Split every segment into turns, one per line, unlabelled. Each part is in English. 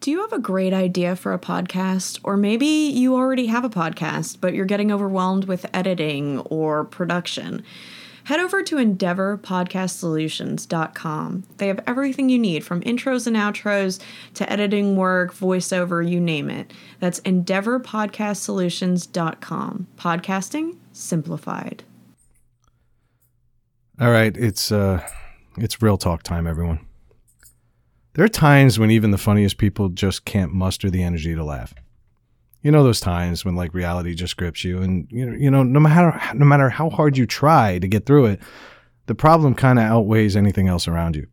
Do you have a great idea for a podcast? Or maybe you already have a podcast, but you're getting overwhelmed with editing or production? Head over to EndeavorPodcastSolutions.com. They have everything you need from intros and outros to editing work, voiceover, you name it. That's EndeavorPodcastSolutions.com. Podcasting simplified.
All right, it's uh it's real talk time, everyone. There are times when even the funniest people just can't muster the energy to laugh. You know those times when like reality just grips you and you know, you know no matter no matter how hard you try to get through it, the problem kind of outweighs anything else around you.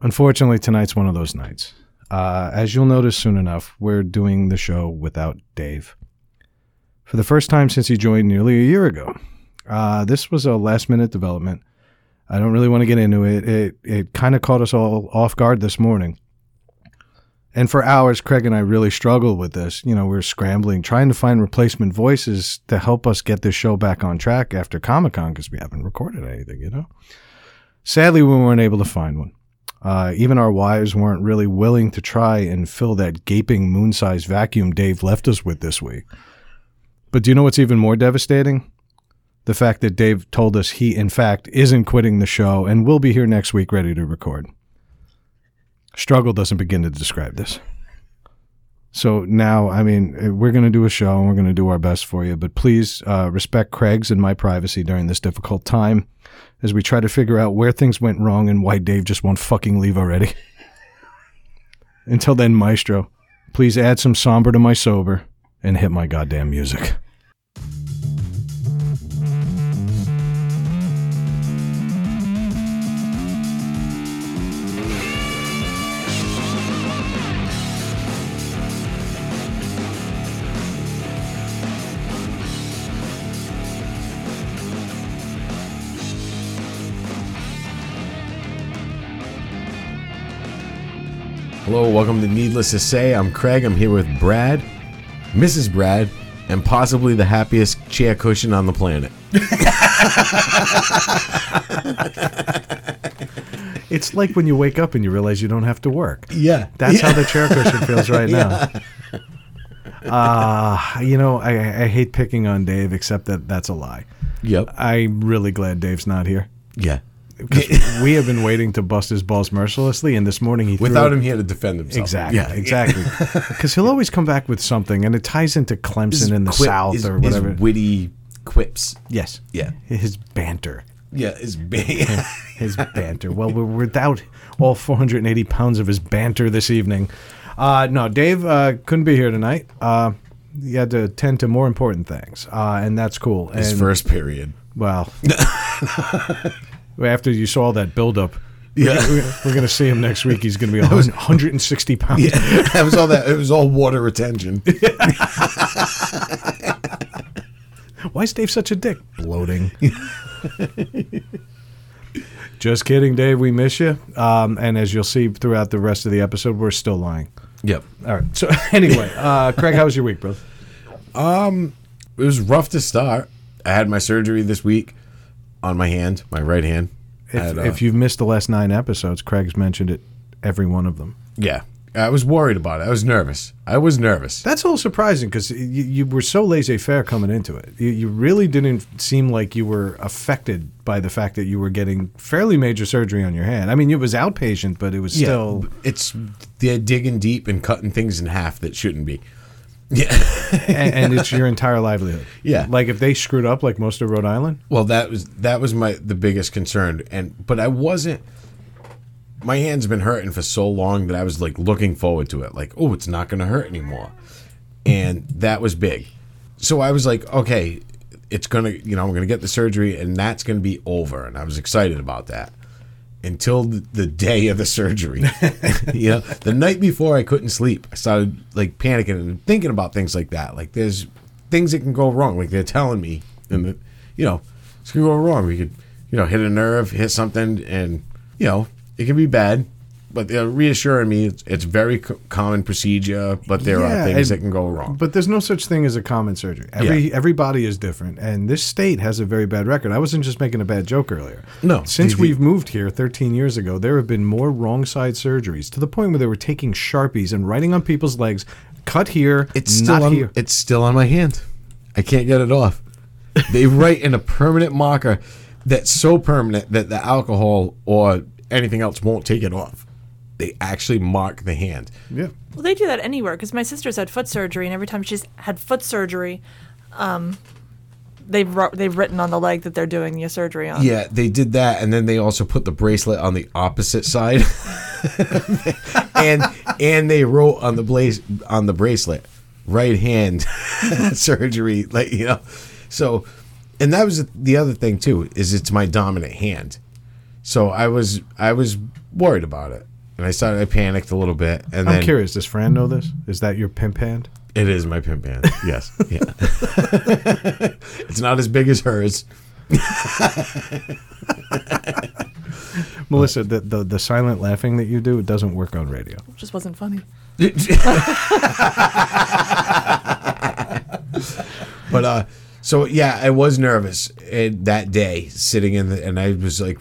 Unfortunately, tonight's one of those nights. Uh, as you'll notice soon enough, we're doing the show without Dave. For the first time since he joined nearly a year ago, uh, this was a last minute development. I don't really want to get into it. It it kind of caught us all off guard this morning. And for hours, Craig and I really struggled with this. You know, we were scrambling, trying to find replacement voices to help us get this show back on track after Comic Con because we haven't recorded anything, you know? Sadly, we weren't able to find one. Uh, even our wives weren't really willing to try and fill that gaping moon sized vacuum Dave left us with this week. But do you know what's even more devastating? the fact that Dave told us he, in fact, isn't quitting the show and will be here next week ready to record. Struggle doesn't begin to describe this. So now, I mean, eh, we're going to do a show and we're going to do our best for you, but please uh, respect Craig's and my privacy during this difficult time as we try to figure out where things went wrong and why Dave just won't fucking leave already. Until then, Maestro, please add some somber to my sober and hit my goddamn music.
Hello, welcome to Needless to Say. I'm Craig. I'm here with Brad, Mrs. Brad, and possibly the happiest chair cushion on the planet.
It's like when you wake up and you realize you don't have to work.
Yeah.
That's how the chair cushion feels right now. Uh, you know, I, I hate picking on Dave, except that that's a lie.
Yep.
I'm really glad Dave's not here.
Yeah.
'Cause we have been waiting to bust his balls mercilessly, and this morning he threw
Without him here to defend himself.
Exactly.
Yeah.
Exactly. Because he'll always come back with something, and it ties into Clemson in the
Quip-
South
his-
or whatever.
His witty quips.
yes.
Yeah.
His banter.
Yeah. His big.
his banter. Well, we're without all 480 pounds of his banter this evening. Uh, no, Dave uh, couldn't be here tonight. Uh, he had to attend to more important things, uh, and that's cool.
his
and,
first period.
well, after you saw that buildup,
Yeah.
we're, we're going to see him next week. He's going to be 160 pounds.
that was all that. It was all water retention.
Why is Dave such a dick? Bloating. Just kidding, Dave. We miss you. Um, and as you'll see throughout the rest of the episode, we're still lying.
Yep.
All right. So anyway, uh, Craig, how was your week, bro?
It was rough to start. I had my surgery this week on my hand, my right hand. I
If,
had, uh,
if you've missed the last nine episodes, Craig's mentioned it every one of them.
Yeah. I was worried about it. I was nervous. I was nervous.
That's a little surprising because you, you were so laissez-faire coming into it. You, you really didn't seem like you were affected by the fact that you were getting fairly major surgery on your hand. I mean, it was outpatient, but it was still.
It's they're digging deep and cutting things in half that shouldn't be.
and, and it's your entire livelihood.
Yeah.
Like if they screwed up, like most of Rhode Island.
Well, that was that was my the biggest concern, and but I wasn't. My hand's been hurting for so long that I was like looking forward to it, like oh, it's not going to hurt anymore, and that was big. So I was like, okay, it's gonna, you know, I'm gonna get the surgery, and that's gonna be over, and I was excited about that until the the day of the surgery. you know, the night before I couldn't sleep. I started like panicking and thinking about things like that. Like there's things that can go wrong. Like they're telling me, and the, you know, it's gonna go wrong. We could, you know, hit a nerve, hit something, and you know, it can be bad. but they're reassuring me it's, it's very c- common procedure, but there
Yeah,
are things
and-
that can go wrong.
But there's no such thing as a common surgery. Every everybody is different, and this state has a very bad record. I wasn't just making a bad joke earlier.
No,
since
the- the-
we've moved here 13 years ago, there have been more wrong side surgeries to the point where they were taking sharpies and writing on people's legs, cut here,
It's
not
still on,
here.
it's still on my hand. I can't get it off. They write in a permanent marker that's so permanent that the alcohol or anything else won't take it off. They actually mark the hand.
yeah.
Well, they do that anywhere because my sister's had foot surgery, and every time she's had foot surgery, um, they've wr- they've written on the leg that they're doing the surgery on.
Yeah, they did that, and then they also put the bracelet on the opposite side, and and they wrote on the blaze on the bracelet, right hand surgery, like you know, so, and that was the other thing too is it's my dominant hand, so I was I was worried about it, and I started I panicked a little bit, and
I'm
then
curious. Does Fran know this? Is that your pimp hand?
it is my pimp hand, yes, yeah, it's not as big as hers.
Melissa, the, the the silent laughing that you do, it doesn't work on radio.
It just wasn't funny.
But uh, so yeah, I was nervous and that day sitting in the, and I was like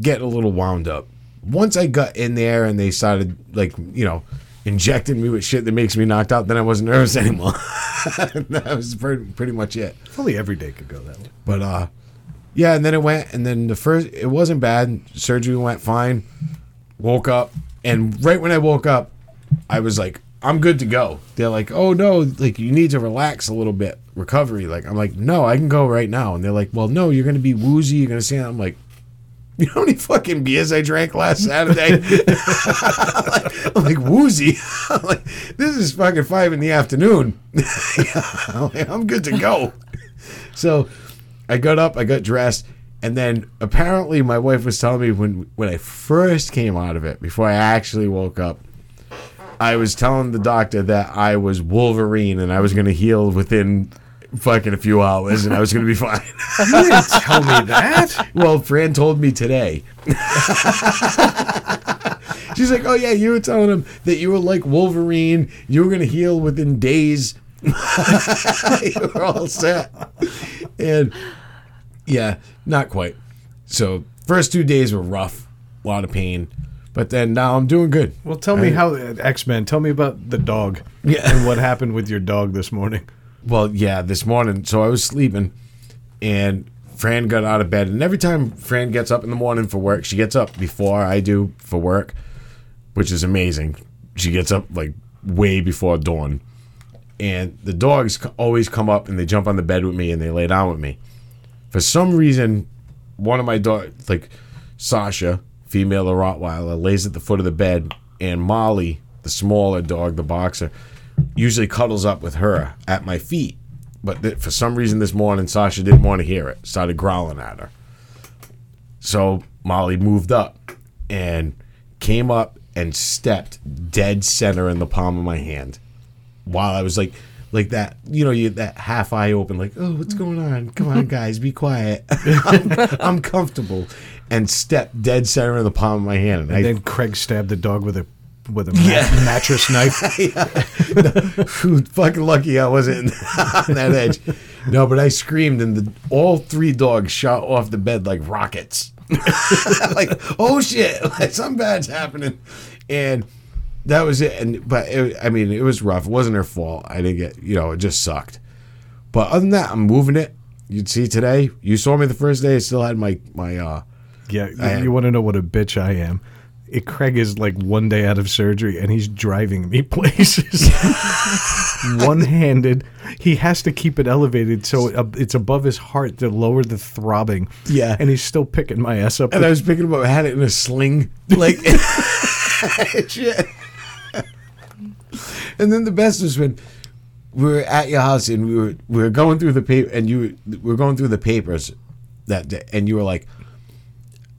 getting a little wound up. Once I got in there and they started like you know injecting me with shit that makes me knocked out, then I wasn't nervous anymore. that was pretty, pretty much it.
Fully every day could go that way.
But uh, yeah, and then it went, and then the first it wasn't bad. Surgery went fine. Woke up, and right when I woke up, I was like, I'm good to go. They're like, Oh no, like you need to relax a little bit, recovery. Like I'm like, No, I can go right now. And they're like, Well, no, you're gonna be woozy. You're gonna stand. I'm like. You know how many fucking beers I drank last Saturday? I'm like woozy. I'm like, this is fucking five in the afternoon. I'm like, I'm good to go. So I got up, I got dressed, and then apparently my wife was telling me when when I first came out of it, before I actually woke up, I was telling the doctor that I was Wolverine and I was gonna heal within fucking a few hours and I was gonna be fine.
You didn't tell me that.
well, Fran told me today. She's like, Oh yeah, you were telling him that you were like Wolverine, you were gonna heal within days. you were all set. And yeah, not quite. So first two days were rough, a lot of pain. But then now I'm doing good.
Well, tell me how X Men. Tell me about the dog.
Yeah.
And what happened with your dog this morning?
Well, yeah, this morning. So I was sleeping, and Fran got out of bed. And every time Fran gets up in the morning for work, she gets up before I do for work, which is amazing. She gets up like way before dawn. And the dogs c- always come up and they jump on the bed with me and they lay down with me. For some reason, one of my dogs, like Sasha, female the Rottweiler, lays at the foot of the bed, and Molly, the smaller dog, the boxer, usually cuddles up with her at my feet. But th- for some reason this morning, Sasha didn't want to hear it, started growling at her. So Molly moved up and came up and stepped dead center in the palm of my hand while I was like, like that, you know, you that half eye open, like, oh, what's going on? Come on, guys, be quiet. I'm, I'm comfortable, and stepped dead center in the palm of my hand. And I,
Then Craig stabbed the dog with a with a ma- mattress knife.
Who fucking lucky I wasn't on that edge. No, but I screamed, and the, all three dogs shot off the bed like rockets. like, oh shit, like, something bad's happening, and that was it. And but it, I mean, it was rough. It wasn't her fault. I didn't get, you know, it just sucked. But other than that, I'm moving it. You'd see today. You saw me the first day. I still had my my uh
Yeah, you, want to know what a bitch I am. It, Craig is like one day out of surgery and he's driving me places. one handed. He has to keep it elevated so it, ab- it's above his heart to lower the throbbing.
Yeah.
And he's still picking my ass up.
and I
with-
was picking him up. I had it in a sling, like shit. And then the best was when we were at your house and we were we were going through the paper and you were- we were going through the papers that day, and you were like,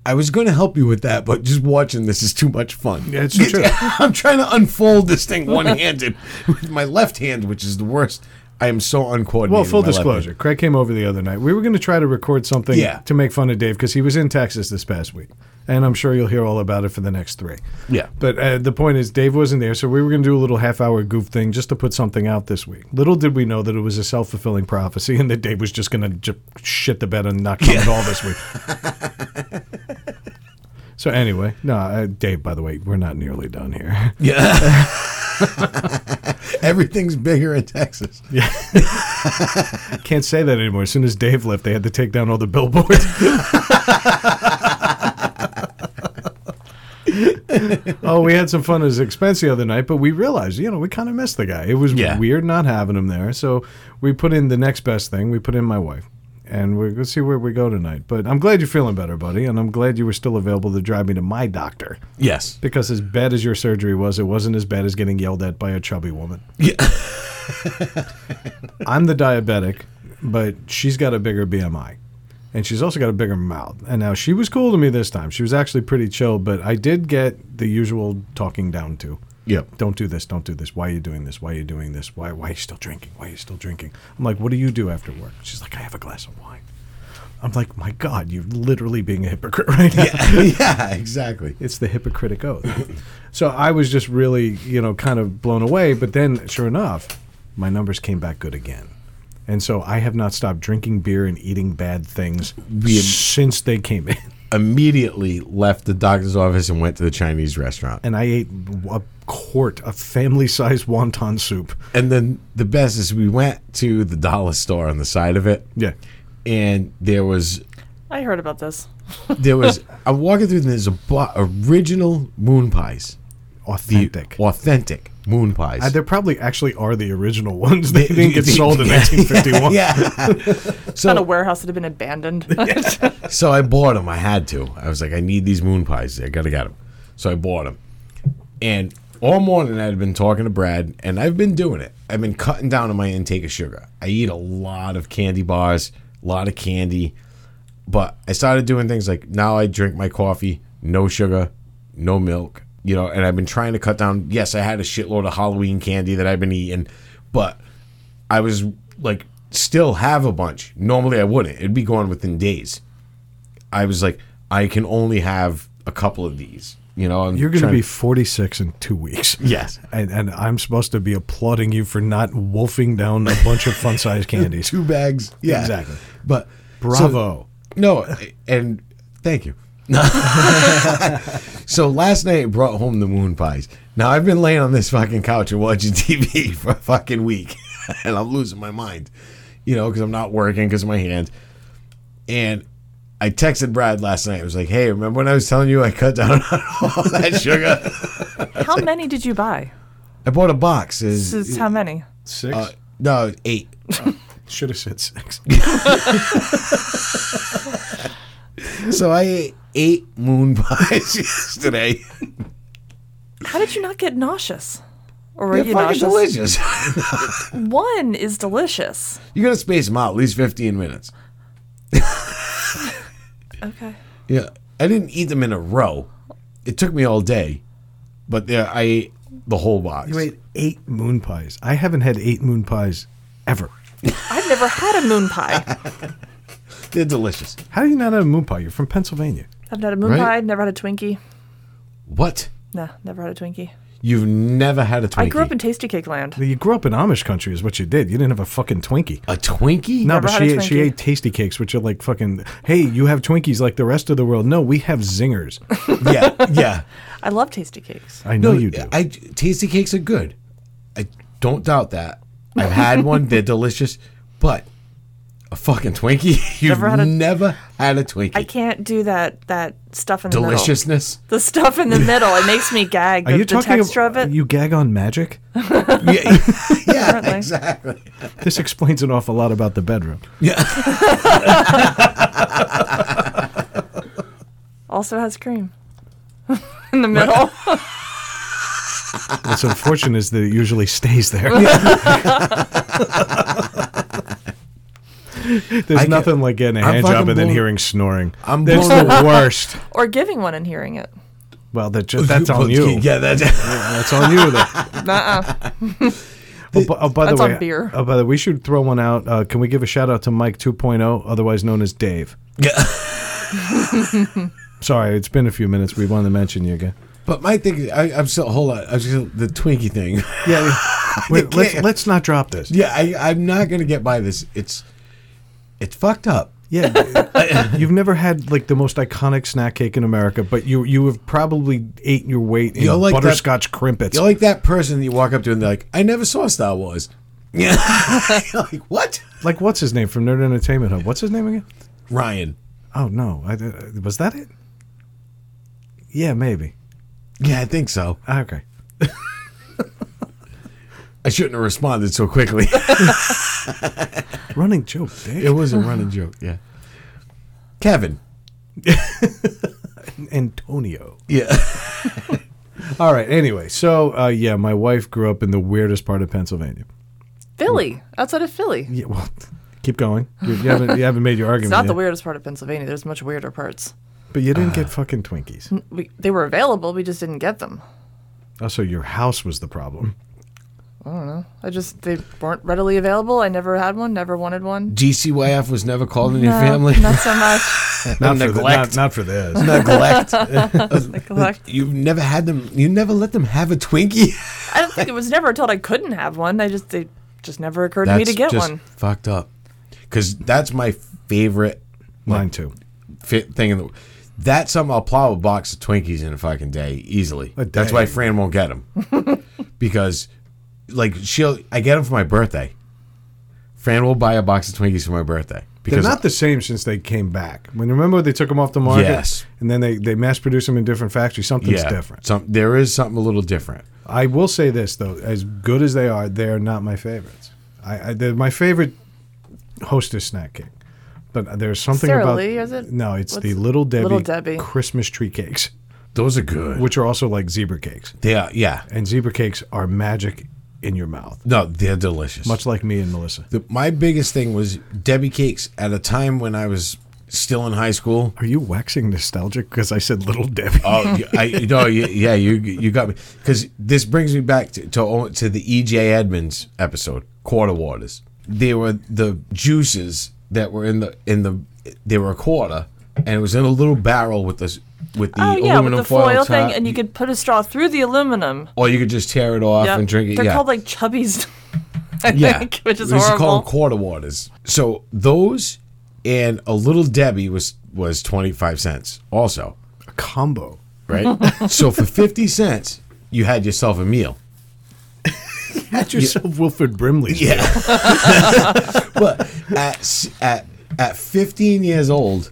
"I was going to help you with that, but just watching this is too much fun."
Yeah, it's true.
I'm trying to unfold this thing one handed with my left hand, which is the worst. I am so uncoordinated.
Well,
with
full
my left hand.
disclosure, Craig came over the other night. We were going to try to record something
Yeah.
to make fun of Dave because he was in Texas this past week. and I'm sure you'll hear all about it for the next three.
Yeah.
But uh, the point is, Dave wasn't there, so we were going to do a little half hour goof thing just to put something out this week. Little did we know that it was a self fulfilling prophecy and that Dave was just going to j- shit the bed and not come at all this week. so, anyway, no, uh, Dave, by the way, we're not nearly done here.
Yeah. Everything's bigger in Texas.
Can't say that anymore. As soon as Dave left, they had to take down all the billboards. oh, we had some fun at his expense the other night, but we realized, you know, we kind of missed the guy. It was
Yeah.
weird not having him there. So we put in the next best thing. We put in my wife. And we're going to see where we go tonight. But I'm glad you're feeling better, buddy. And I'm glad you were still available to drive me to my doctor.
Yes.
Because as bad as your surgery was, it wasn't as bad as getting yelled at by a chubby woman.
Yeah.
I'm the diabetic, but she's got a bigger BMI. And she's also got a bigger mouth. And now she was cool to me this time. She was actually pretty chill, but I did get the usual talking down to.
Yep.
Don't do this, don't do this. Why are you doing this? Why are you doing this? Why why are you still drinking? Why are you still drinking? I'm like, what do you do after work? She's like, I have a glass of wine. I'm like, my God, you're literally being a hypocrite right now.
yeah, exactly.
It's the hypocritic oath. so I was just really, you know, kind of blown away. But then, sure enough, my numbers came back good again. And so I have not stopped drinking beer and eating bad things since they came in.
Immediately left the doctor's office and went to the Chinese restaurant.
And I ate a quart of family sized wonton soup.
And then the best is we went to the dollar store on the side of it.
Yeah.
And there was
I heard about this.
there was I'm walking through and there's a bo- original moon pies. The
Authentic.
authentic moon pies.
Uh, there probably actually are the original ones. They
The-
didn't get
the-
sold in 1951.
yeah.
Not a
so
warehouse that had been abandoned.
so I bought them. I had to. I was like, I need these moon pies. I gotta get them. So I bought them. And all morning I had been talking to Brad, and I've been doing it. I've been cutting down on my intake of sugar. I eat a lot of candy bars, a lot of candy. But I started doing things like now I drink my coffee, no sugar, no milk, you know, and I've been trying to cut down. Yes, I had a shitload of Halloween candy that I've been eating, but I was like, still have a bunch. Normally I wouldn't, it'd be gone within days. I was like, I can only have a couple of these, you know. I'm
You're going to
trying-
be 46 in two weeks.
Yes.
And, and I'm supposed to be applauding you for not wolfing down a bunch of fun sized candies.
two bags. Yeah,
Exactly.
But
Bravo.
so- no, and thank you. so last night it brought home the moon pies. Now I've been laying on this fucking couch and watching TV for a fucking week, and I'm losing my mind, you know, because I'm not working because of my hand. And I texted Brad last night. I was like, "Hey, remember when I was telling you I cut down on all that sugar?
how many did you buy?
I bought a box.
This
Is
is how many?
six?
uh, no eight.
Should have said six.
So I ate eight moon pies yesterday."
How did you not get nauseous? Or were you
They're fucking
nauseous?
delicious.
One is delicious.
you gotta space them out at least 15 minutes.
Okay.
Yeah, I didn't eat them in a row. It took me all day, but there I ate the whole box.
You ate eight moon pies. I haven't had eight moon pies ever.
I've never had a moon pie.
They're delicious.
How do you not have a moon pie? You're from Pennsylvania.
I've had a moon
Right.
pie, never had a Twinkie.
What?
Nah, never had a Twinkie.
You've never had a Twinkie?
I grew up in Tasty Cake Land.
You grew up in Amish country, is what you did. You didn't have a fucking Twinkie.
a Twinkie.
No,
Never
but
had a
she ate, she
Twinkie.
ate tasty cakes, which are like fucking. Hey, you have Twinkies like the rest of the world. No, we have zingers.
Yeah, yeah.
I love Tasty Cakes.
I know you do.
I tasty cakes are good. I don't doubt that. I've had one. They're delicious, but a fucking Twinkie. You've
Never had a-
never had a Twinkie.
I can't do that that stuff in the middle.
Deliciousness.
The stuff in the middle, it makes me gag. The,
are you
the
talking
texture
about
of it.
you gag on magic?
yeah, yeah,
Apparently.
exactly.
This explains an awful lot about the bedroom.
Yeah.
Also has cream in the middle.
What's unfortunate is that it usually stays there. There's
get-
nothing like getting a
I'm
hand job
fucking
and then
blown-
hearing snoring.
I'm
That's
blown
the worst.
or giving one and hearing it.
Well, that ju- that's on you.
Yeah, that's
That's on you. though.
Uh-uh.
Oh, bu- oh, by the
That's on
way,
beer.
Oh, by the way, we should throw one out. Uh, can we oh, give a shout out to Mike 2.0, otherwise known as Dave?
yeah.
Sorry, it's been a few minutes. We wanted to mention you again.
But my thing, is- I, I'm still hold on. I'm still the Twinkie thing.
Yeah. Wait, let's,
can't.
let's not drop this.
yeah, I, I'm not gonna get by this. It's it's fucked up.
Yeah, you've never had like the most iconic snack cake in America, but you you have probably ate your weight in
You're like that-
butterscotch crimpets.
You're like that person that you walk up to and they're like, "I never saw Star Wars." Yeah, You're like what?
Like what's his name from Nerd Entertainment Hub? What's his name again?
Ryan.
Oh no, I, uh, was that it? Yeah, maybe.
Yeah, I think so.
Ah, Okay.
I shouldn't have responded so quickly.
Running joke. Dick.
it was a running joke. Yeah. Kevin.
Antonio.
Yeah.
All right. Anyway, so uh, yeah, my wife grew up in the weirdest part of Pennsylvania.
Philly, outside of Philly.
Yeah. Well, keep going. You, you haven't you haven't made your argument.
It's not the
yet.
weirdest part of Pennsylvania. There's much weirder parts.
But you didn't get fucking Twinkies.
We, they were available. We just didn't get them.
Also, your house was the problem.
I just they weren't readily available. I never had one. Never wanted one.
GCYF was never called in your
No,
family.
Not so much.
Not for, the,
neglect.
not, not for this.
Neglect.
Neglect.
You've never had them. You never let them have a Twinkie.
I don't think it was never told I couldn't have one. I just they just never occurred to me to get one.
fucked up. Because that's my favorite
Mine too.
fit thing in the. That's something I'll plow a box of Twinkies in a fucking day easily.
A
That's
day.
why Fran won't get them because, like, she'll I get them for my birthday. Fran will buy a box of Twinkies for my birthday
They're
because
not the same since they came back. When remember they took them off the market,
Yes.
and then they, they mass produced them in different factories. Something's
yeah,
different.
Some there is something a little different.
I will say this though, as good as they are, they are not my favorites. I, I they're my favorite Hostess snack cake, but there's something
Sara
about
Lee, is it?
no, it's the
What's-
Little Debbie,
Little Debbie.
Christmas tree cakes,
Those are good.
which are also like zebra cakes,
They are, yeah.
and zebra cakes are magic in your mouth,
No, they're delicious.
much like me and Melissa.
The- my biggest thing was Debbie cakes at a time when I was still in high school.
Are you waxing nostalgic because I said Little Debbie?
Oh, you- I you know, you- yeah, you you got me because this brings me back to to, to the EJ Edmonds episode, quarter waters. They were the juices that were in the in the they were a quarter, and it was in a little barrel with this with the
Oh yeah,
aluminum
with the
foil,
foil
top,
thing, and you could put a straw through the aluminum.
or you could just tear it off
Yep.
and drink it.
They're
yeah.
called like chubbies. I think, which is
we used to call
horrible.
them quarter waters. So those and a little Debbie was was twenty five cents also,
A combo.
right? so for fifty cents, you had yourself a meal.
Had yourself Wilfred Brimley.
Yeah. but at s- at at 15 years old,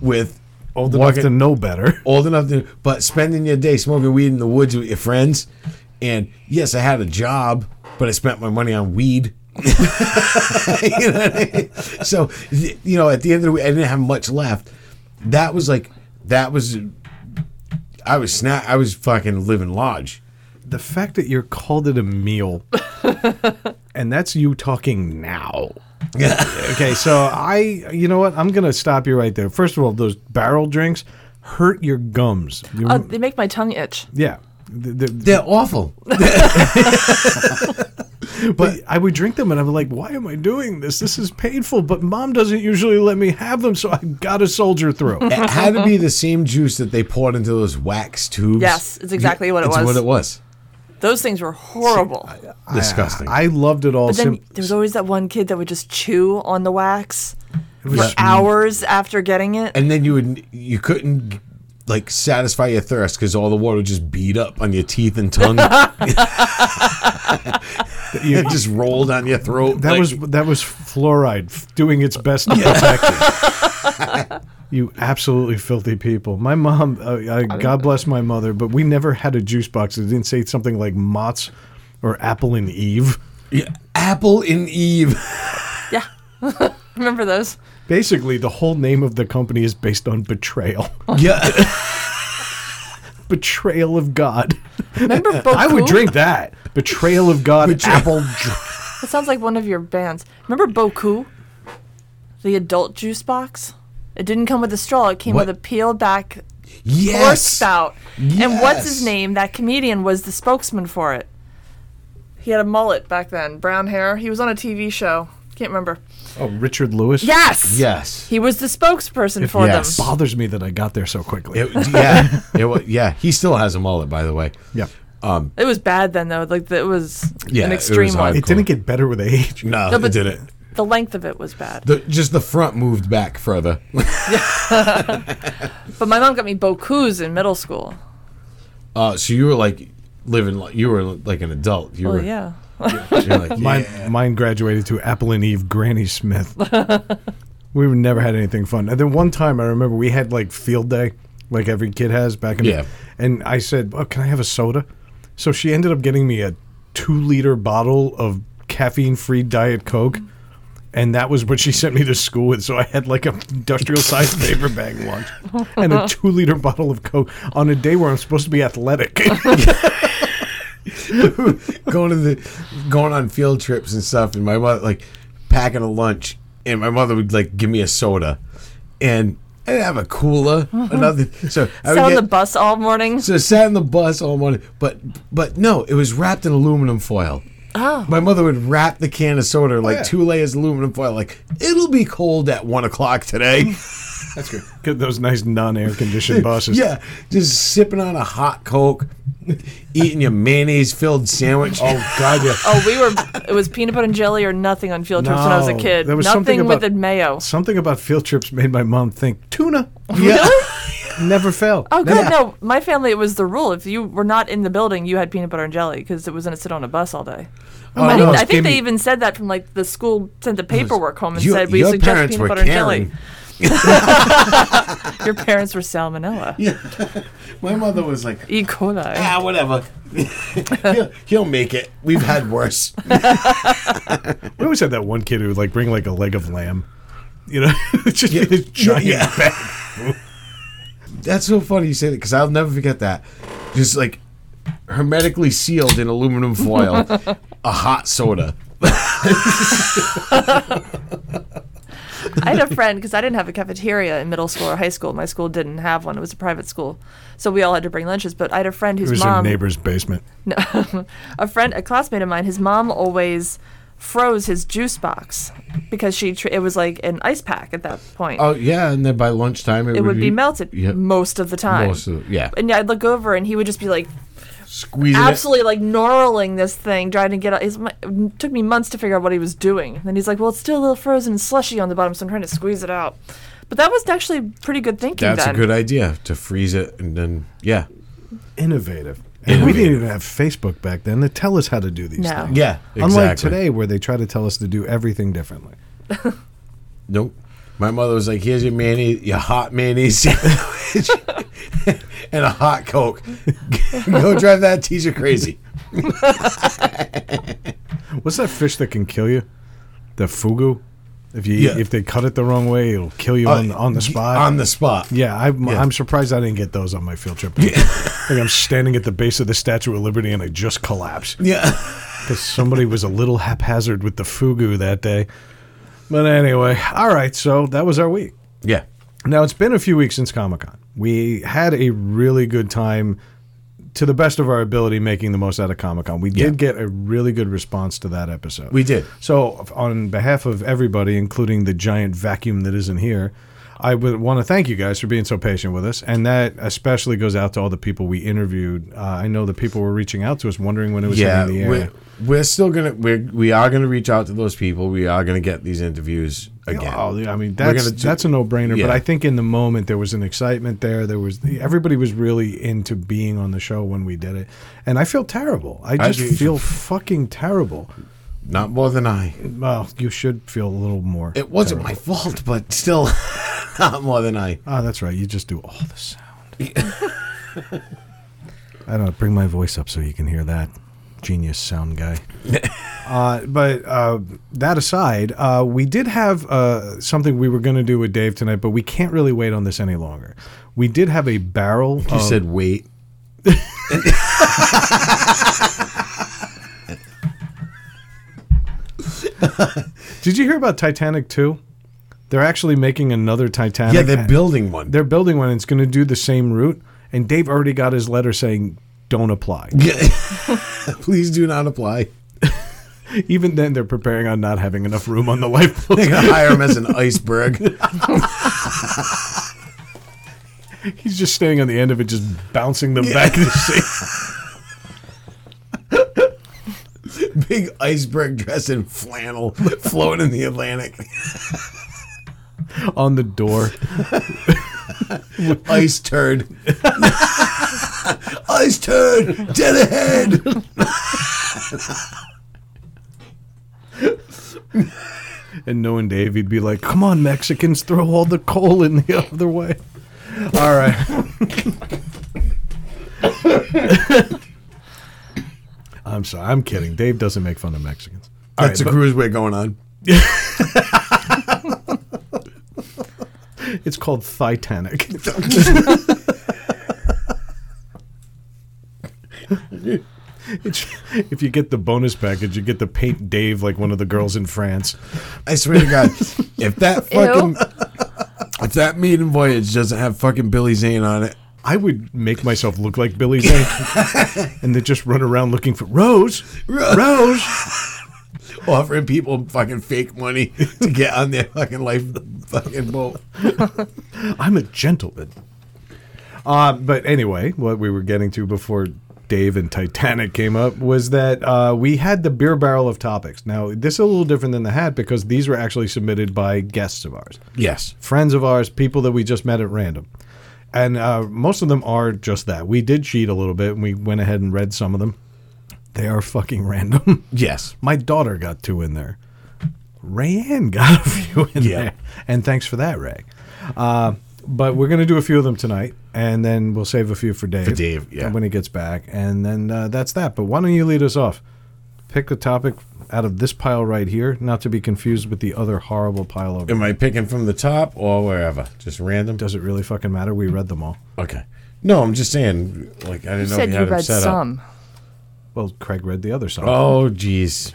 with
old enough
walking-
to know better.
old enough to, but spending your day smoking weed in the woods with your friends, and yes, I had a job, but I spent my money on weed. you know what I mean? So y- you know, at the end of the week, I didn't have much left. That was like that was. I was snap. I was fucking living large.
The fact that you're called it a meal, and that's you talking now. okay, so I, you know what? I'm gonna stop you right there. First of all, those barrel drinks hurt your gums. You-
Mm.
Uh, they make my tongue itch.
yeah. The- the-
They're awful.
but I would drink them and I'm like, why am I doing this? This is painful, but mom doesn't usually let me have them, so I gotta soldier through.
It had to be the same juice that they poured into those wax tubes.
Yes, it's exactly what it
It's
was.
what it was.
Those things were horrible.
Disgusting.
I, I loved it all.
But then
sim-
there was always that one kid that would just chew on the wax
it was
for hours after getting it.
and then you would you couldn't like satisfy your thirst because all the water would just beat up on your teeth and tongue.
you-
it just rolled on your throat.
That
like-
was that was fluoride f- doing its best to protect you. you absolutely filthy people. My mom, uh, uh, God bless my mother, but we never had a juice box that didn't say something like Mott's or Apple and Eve.
Yeah, Apple and Eve.
Yeah. Remember those?
Basically, the whole name of the company is based on betrayal,
yeah,
betrayal of God.
Remember Boku?
I would drink that. Betrayal of God, Apple. dr-
That sounds like one of your bands. Remember Boku? The adult juice box? It didn't come with a straw, it came
What?
with a peeled back horse
yes.
spout. And what's his
Yes.
name? That comedian was the spokesman for it.
He had a mullet back then, brown hair. He was on a TV show. Can't remember.
Oh, Richard Lewis.
Yes.
Yes.
He was the spokesperson
If-
for
Yes.
them.
bothers me that I got there so quickly.
It- yeah. It wa- yeah. He still has a mullet, by the way.
yep.
It was bad then though. Like it was
Yeah,
an
it
extreme
was
one.
hard.
It uh, didn't get better with age.
No,
No, but-
it didn't.
The length of it was bad.
The, just the front moved back further.
But my mom got me bokus in middle school.
Uh, so you were like living, like, you were like an adult. You
Well,
were,
Oh, yeah.
you were like,
Mine,
yeah.
mine graduated to Apple and Eve Granny Smith. we never had anything fun. And then one time I remember we had like field day, like every kid has back in
Yeah.
the And I said, oh, Can I have a soda? So she ended up getting me a two liter bottle of caffeine free Diet Coke. And that was what she sent me to school with. So I had like an industrial sized paper bag lunch and a two liter bottle of Coke on a day where I'm supposed to be athletic.
going to the, going on field trips and stuff. And my mother, like, packing a lunch. And my mother would, like, give me a soda. And I didn't have a cooler or nothing. So I would
Sat on
get-
Uh-huh. the bus all morning.
So I sat in the bus all morning, but but no, it was wrapped in aluminum foil. Oh. My mother would wrap the can of soda in, like
yeah.
two layers of aluminum foil. Like it'll be cold at one o'clock today.
That's good. Get those nice non air conditioned buses.
yeah, just sipping on a hot coke, eating your mayonnaise filled sandwich.
Oh, God, yeah.
Oh, we were. It was peanut butter and jelly or nothing on field trips when I was a
No,
kid.
there was something
nothing with
about-
the mayo.
Something about field trips made my mom think tuna
yeah,
never failed.
Oh, good.
Never-
No, my family, it was the rule. If you were not in the building, you had peanut butter and jelly because it was going to sit on a bus all day.
Oh,
I,
no,
think- I
it gave
think they
me-
even said that from like the school sent the paperwork home and
You-
said we
your
suggest
parents
peanut
were
butter and
caring.
jelly. Your parents were salmonella,
My mother was like,
E. coli.
ah, whatever. he'll, he'll make it. We've had worse.
We always had that one kid who would like bring like a leg of lamb. You know, it's just a giant
yeah.
bag.
That's so funny you say that because I'll never forget that. Just like hermetically sealed in aluminum foil, a hot soda.
I had a friend because I didn't have a cafeteria in middle school or high school. My school didn't have one; it was a private school, so we all had to bring lunches. But I had a friend
It
whose
was
mom,
in neighbor's basement.
No, a friend, a classmate of mine, his mom always froze his juice box because she tr- it was like an ice pack at that point.
Oh yeah, and then by lunchtime it,
it would be melted
Yeah,
most of the time.
most of- yeah.
And I'd look over and he would just be like
squeezing
absolutely like gnarling this thing, trying to get out. It's my, it took me months to figure out what he was doing. And then he's like, well, it's still a little frozen and slushy on the bottom, so I'm trying to squeeze it out. But that was actually pretty good thinking
That's a
then.
good idea to freeze it and then yeah,
Innovative. And we didn't even have Facebook back then to tell us how to do these
No.
things.
yeah. Exactly.
Unlike today, where they try to tell us to do everything differently.
Nope. My mother was like, "Here's your mayonnaise, your hot mayonnaise sandwich, and a hot coke. Go drive that teacher crazy."
What's that fish that can kill you? The fugu. If you
Yeah. Uh,
eat, if they cut it the wrong way, it'll kill you on the, on the spot.
On the spot.
Yeah, I'm,
Yeah.
I'm surprised I didn't get those on my field trip. like I'm standing at the base of the Statue of Liberty and I just collapsed
Yeah.
because somebody was a little haphazard with the fugu that day. But anyway, all right, so that was our week.
Yeah.
Now it's been a few weeks since Comic Con. We had a really good time, to the best of our ability, making the most out of Comic Con. We
Yeah.
did get a really good response to that episode.
We did.
So, on behalf of everybody, including the giant vacuum that isn't here, I would want to thank you guys for being so patient with us. And that especially goes out to all the people we interviewed. Uh, I know the people were reaching out to us, wondering when it was
yeah,
hitting the air.
we're, we're still gonna we're we are gonna reach out to those people. We are gonna get these interviews again.
Oh, yeah, I mean
We're
that's
gonna do-
that's a no brainer.
Yeah.
But I think in the moment there was an excitement there. There was everybody was really into being on the show when we did it, and I feel terrible. I
I
just
do.
feel fucking terrible.
not more than I.
Well, you should feel a little more.
It wasn't my fault, but still, not more than I.
Ah, that's right. You just do all the sound. I don't know, bring my voice up so you can hear that genius sound guy. uh, but uh, that aside, uh, we did have uh, something we were going to do with Dave tonight, but we can't really wait on this any longer. We did have a barrel.
You
of-
said wait.
Did you hear about Titanic 2? They're actually making another Titanic.
Yeah, they're building one.
They're building one. And it's going to do the same route. And Dave already got his letter saying, don't apply.
Please do not apply.
Even then, they're preparing on not having enough room on the lifeboat.
They gotta hire him as an iceberg.
He's just standing on the end of it, just bouncing them back to sea.
Big iceberg dressed in flannel floating in the Atlantic.
on the door.
Ice turd. Ice turd! Dead ahead!
And knowing Dave, he'd be like, "Come on, Mexicans, throw all the coal in the other way." All right. I'm sorry. I'm kidding. Dave doesn't make fun of Mexicans. All
That's a cruise we're going on.
right, it's called Titanic. It's- if you get the bonus package, you get to paint Dave like one of the girls in France.
I swear to God, if that fucking if that maiden voyage doesn't have fucking Billy Zane on it,
I would make myself look like Billy Zane, and then just run around looking for Rose, Rose.
offering people fucking fake money to get on their fucking life fucking boat.
I'm a gentleman. Uh, but anyway, what we were getting to before Dave and Titanic came up was that uh, we had the beer barrel of topics. Now, this is a little different than the hat because these were actually submitted by guests of ours,
Yes.
friends of ours, people that we just met at random. And uh, most of them are just that. We did cheat a little bit and we went ahead and read some of them. They are fucking random.
Yes.
My daughter got two in there. Rayanne got a few in
Yeah.
there. And thanks for that, Ray. Uh, but we're going to do a few of them tonight, and then we'll save a few for Dave. For
Dave, yeah.
When he gets back. And then uh, that's that. But why don't you lead us off? Pick a topic out of this pile right here, not to be confused with the other horrible pile over.
Am I picking from the top or wherever? Just random?
Does it really fucking matter? We read them all.
Okay. No, I'm just saying, like, I didn't know
said
we
you
had them
read
set up.
some.
Well, Craig read the other side.
Oh, jeez.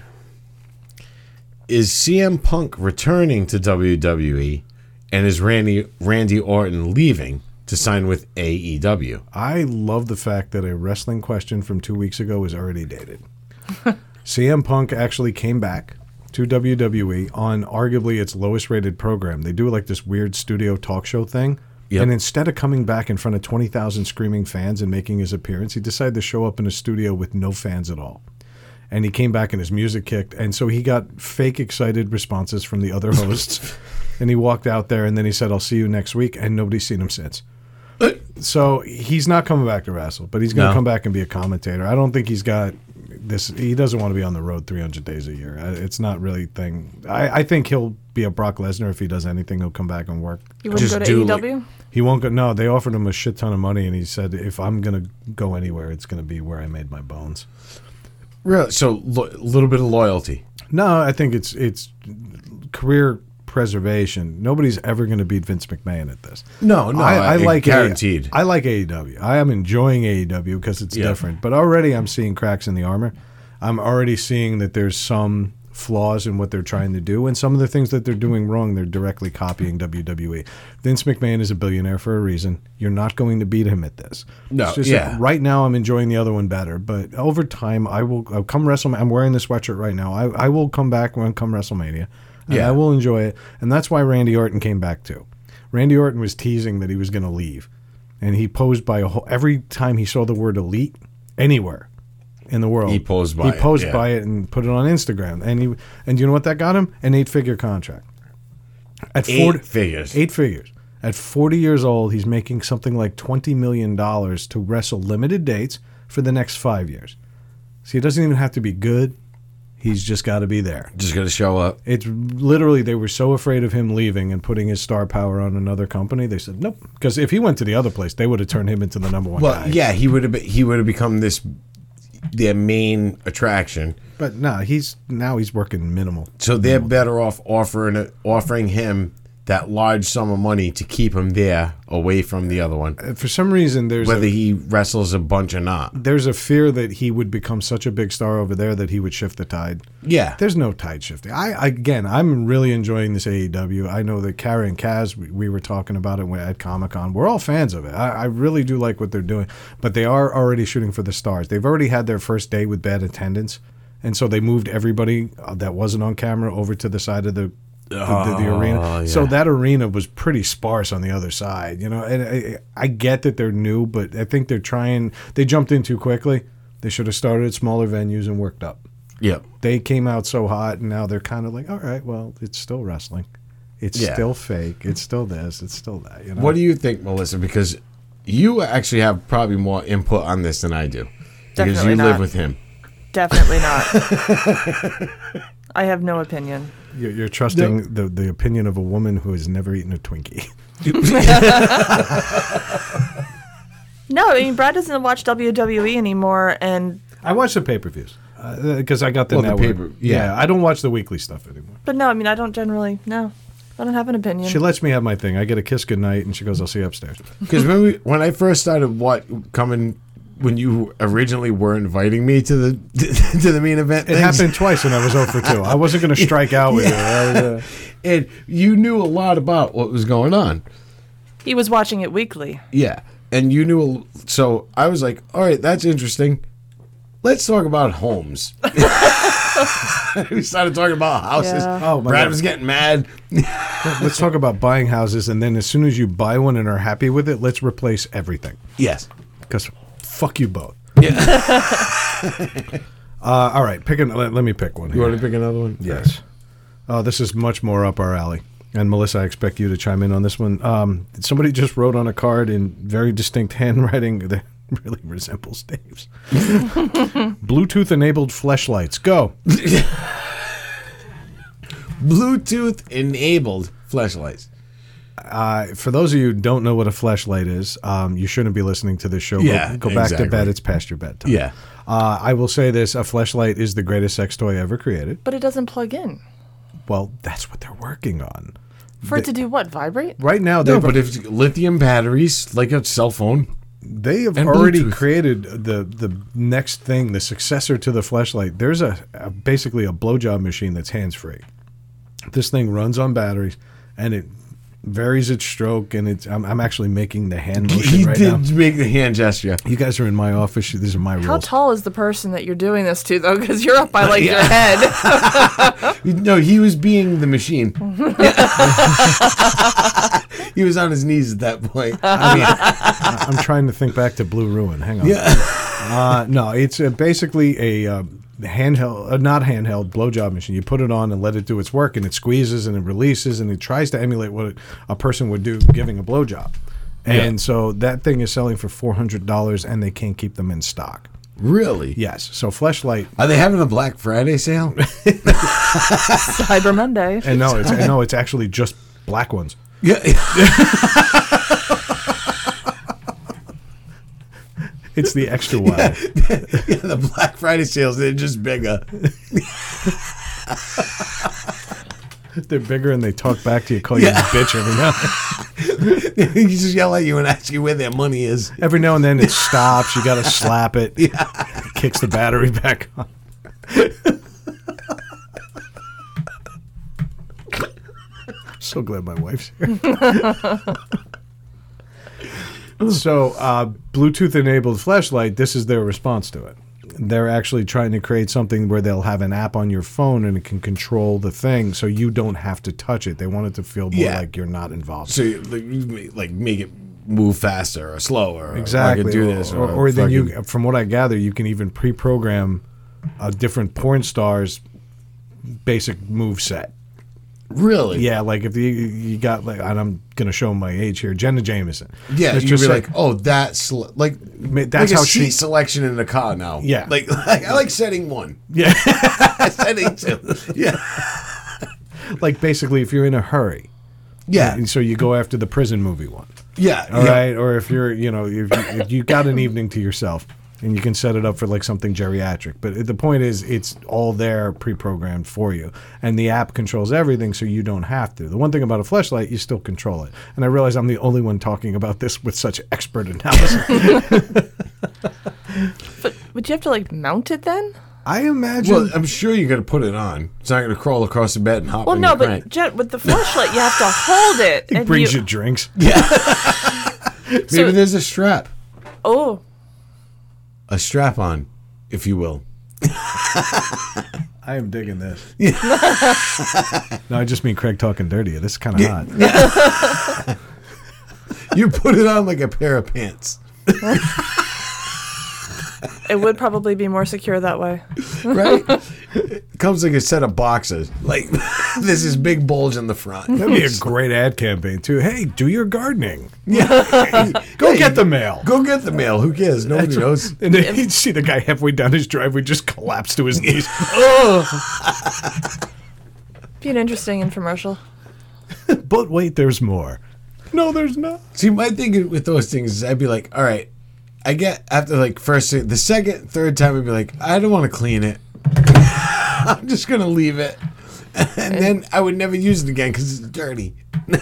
Is CM Punk returning to WWE, and is Randy Randy Orton leaving to sign with E AEW?
I love the fact that a wrestling question from two weeks ago is already dated. CM Punk actually came back to WWE on arguably its lowest rated program. They do like this weird studio talk show thing.
Yep.
And instead of coming back in front of 20,000 screaming fans and making his appearance, he decided to show up in a studio with no fans at all. And he came back and his music kicked. And so he got fake excited responses from the other hosts. and he walked out there and then he said, I'll see you next week. And nobody's seen him since. So he's not coming back to wrestle, but he's going to
No.
come back and be a commentator. I don't think he's got this. He doesn't want to be on the road 300 days a year. I- It's not really thing. I, I think he'll be a Brock Lesnar if he does anything. He'll come back and work.
You wouldn't
Just
go to E
do, like-
AEW?
He won't go. No, they offered him a shit ton of money, and he said, "If I'm going to go anywhere, it's going to be where I made my bones."
Really? So, a little bit of loyalty.
No, I think it's it's career preservation. Nobody's ever going to beat Vince McMahon at this.
No, no,
I, I like A-
Uh,
E
guaranteed.
I like AEW. I am enjoying AEW because it's
Yeah.
different. But already I'm seeing cracks in the armor. I'm already seeing that there's some flaws in what they're trying to do, and some of the things that they're doing wrong, they're directly copying WWE. Vince McMahon is a billionaire for a reason. You're not going to beat him at this.
No,
It's just
yeah.
that Right now, I'm enjoying the other one better, but over time, I will I'll come WrestleMania. I'm wearing the sweatshirt right now. I, I will come back when come WrestleMania. And
Yeah.
I will enjoy it, and that's why Randy Orton came back too. Randy Orton was teasing that he was going to leave, and he posed by a whole, every time he saw the word elite anywhere in the world.
He posed
he
by it,
posed
yeah.
by it and put it on Instagram, and he and you know what that got him an eight figure contract. At
Eight
forty
figures.
Eight figures. At 40 years old, he's making something like $20 million to wrestle limited dates for the next five years. So he doesn't even have to be good. He's just got to be there.
Just gonna show up.
It's literally, they were so afraid of him leaving and putting his star power on another company. They said, nope. Because if he went to the other place, they would have turned him into the number one
Well,
guy.
yeah, he would have. Be, he would have become this their main attraction.
But no, he's now he's working minimal.
So they're better off offering it, offering him that large sum of money to keep him there, away from the other one,
Uh, For some reason, there's a-
whether he wrestles a bunch or not.
there's a fear that he would become such a big star over there that he would shift the tide.
Yeah.
There's no tide shifting. I again, I'm really enjoying this AEW. I know that Kara and Kaz, we, we were talking about it when- at Comic Con. We're all fans of it. I, I really do like what they're doing, but they are already shooting for the stars. They've already had their first day with bad attendance, and so they moved everybody uh, that wasn't on camera over to the side of the the, the- the arena. So that arena was pretty sparse on the other side, you know. And I, I get that they're new, but I think they're trying. They jumped in too quickly. They should have started at smaller venues and worked up.
Yep.
They came out so hot, and now they're kind of like, all right, well, it's still wrestling. It's
Yeah.
still fake. It's still this. It's still that. You know.
What do you think, Melissa? Because you actually have probably more input on this than I do. because
Definitely
you live
not.
with him.
Definitely not. I have no opinion.
You're, you're trusting the, the opinion of a woman who has never eaten a Twinkie.
No, I mean Brad doesn't watch WWE anymore, and
I watch the pay per views because I got the
Well, the
network.
pay-per-
yeah.
yeah.
I don't watch the weekly stuff anymore.
but no, I mean I don't generally no, I don't have an opinion.
She lets me have my thing. I get a kiss goodnight, and she goes, "I'll see you upstairs."
Because when we when I first started what coming when you originally were inviting me to the to the main event,
It
things,
happened twice, and I was over two. I wasn't going to strike out with her. I was, uh,
and you knew a lot about what was going on.
He was watching it weekly.
Yeah, and you knew. a l- So I was like, all right, that's interesting. Let's talk about homes. we started talking about houses.
Yeah.
Oh, my
Brad
God.
was getting mad.
uh, Let's talk about buying houses, and then as soon as you buy one and are happy with it, let's replace everything.
Yes.
Because fuck you both.
Yeah.
Uh, all right, pick an, let, let me pick one.
you
here.
want to pick another one?
Yes. Oh, this is much more up our alley. And Melissa, I expect you to chime in on this one. Um, somebody just wrote on a card in very distinct handwriting that really resembles Dave's. Bluetooth enabled fleshlights. Go.
Bluetooth enabled flashlights.
Uh, for those of you who don't know what a fleshlight is, um, you shouldn't be listening to this show. Go-
Yeah,
go, back
exactly.
to bed. It's past your bedtime.
Yeah.
Uh, I will say this a fleshlight is the greatest sex toy ever created.
But it doesn't plug in.
Well, that's what they're working on.
For it to do what? Vibrate?
Right now,
No,
they've
but if lithium batteries, like a cell phone,
they have
And
already
Bluetooth.
created the the next thing, the successor to the flashlight. There's a, a basically a blowjob machine that's hands free. This thing runs on batteries, and it varies its stroke. And it's I'm, I'm actually making the hand
he
motion right
did
now.
make the hand gesture.
You guys are in my office. These are my
How
rules.
tall is the person that you're doing this to, though? Because you're up by like your head.
No, he was being the machine. he was on his knees at that point. I mean,
I'm trying to think back to Blue Ruin. Hang on. Uh, no, it's uh, basically a uh, handheld, uh, not handheld blowjob machine. You put it on and let it do its work, and it squeezes and it releases and it tries to emulate what a person would do giving a blowjob. And so that thing is selling for four hundred dollars, and they can't keep them in stock.
really?
Yes, so Fleshlight,
Are they having a Black Friday sale?
Cyber Monday.
and no, it's and no, it's actually just black ones.
yeah.
It's the extra wide.
yeah, the Black Friday sales, they're just bigger.
They're bigger, and they talk back to you, call you a bitch every now.
they just yell at you and ask you where their money is.
Every now and then it stops. You got to slap it. Kicks the battery back on. so glad my wife's here. so, uh, Bluetooth enabled flashlight, this is their response to it. They're actually trying to create something where they'll have an app on your phone and it can control the thing so you don't have to touch it. They want it to feel more
Yeah.
like you're not involved.
So, you, like, you ma- like, make it move faster or slower. or
exactly
I could do this.
or,
Or,
or then
fucking-
you from what i gather you can even pre-program a different porn star's basic move set
Really?
yeah like if you you got like and i'm gonna show my age here jenna jameson
Yeah,
Let's
you'd
just
be
say-
like, oh, that's li- like
that's
like
how
a
she-
seat selection in the car now.
Yeah.
like, like I like setting one,
yeah
setting two. Yeah,
like basically if you're in a hurry
yeah,
and so you go after the prison movie one
yeah.
all right,
yeah.
or if you're you know if you, if you got an evening to yourself and you can set it up for like something geriatric but the point is it's all there pre-programmed for you and the app controls everything so you don't have to the one thing about a flashlight you still control it and i realize i'm the only one talking about this with such expert analysis
Would you have to like mount it then?
i imagine
Well, I'm sure you're gonna put it on. It's not gonna crawl across the bed and hop.
Well,
in
no,
your
but
crank.
Jet, with the flashlight, you have to hold it.
it
and
brings you, drinks
maybe there's a strap,
Oh,
a strap on, if you will.
I am digging this. no, I just mean Craig talking dirty. This is kind of hot.
You put it on like a pair of pants,
It would probably be more secure that way.
right? It comes like a set of boxes. Like this is big bulge in the front.
That'd be a great ad campaign too. Hey, do your gardening. Go get the mail.
Go get the mail. Who cares? Nobody knows.
And then you'd see the guy halfway down his driveway just collapse to his knees.
Be an interesting infomercial.
but wait, there's more. No, there's not.
See, my thing with those things is I'd be like, all right, I get after like first, the second, third time, I'd be like, I don't want to clean it. I'm just going to leave it. And then I would never use it again because it's dirty.
Nah,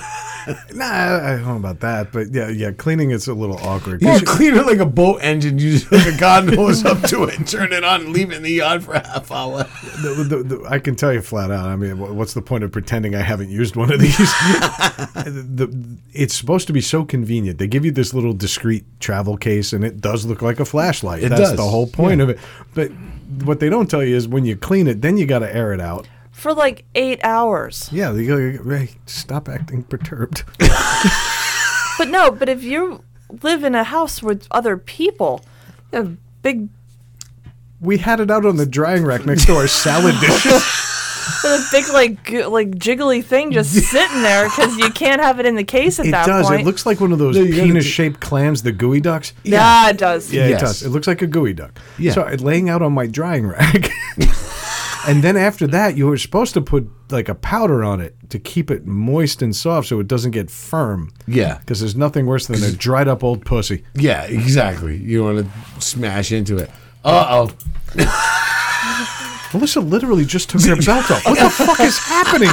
I I don't know about that, but yeah, yeah, cleaning is a little awkward.
You clean it like a boat engine. You just hook a garden hose up to it and turn it on and leave it in the yard for a half hour.
The- the- the- I can tell you flat out. I mean, wh- what's the point of pretending I haven't used one of these? the, it's supposed to be so convenient. They give you this little discreet travel case, and it does look like a flashlight.
It
That's
does,
the whole point of it. But what they don't tell you is when you clean it, then you got to air it out.
for like eight hours.
Yeah, they go, Ray, stop acting perturbed.
But no, but if you live in a house with other people, you have big
we had it out on the drying rack next to our salad dishes.
with a big like g- like jiggly thing just sitting there because you can't have it in the case at
It
that
does.
point.
It looks like one of those
No, you gotta do-
penis-shaped clams, the gooey ducks.
yeah. it does.
Yeah,
Yes.
it does. It looks like a gooey duck.
Yeah.
So I laying out on my drying rack. and then after that, you were supposed to put like a powder on it to keep it moist and soft so it doesn't get firm.
Yeah.
Because there's nothing worse than a dried up old pussy.
Yeah, exactly. You want to smash into it. Uh oh.
Melissa literally just took her belt off. What the fuck is happening?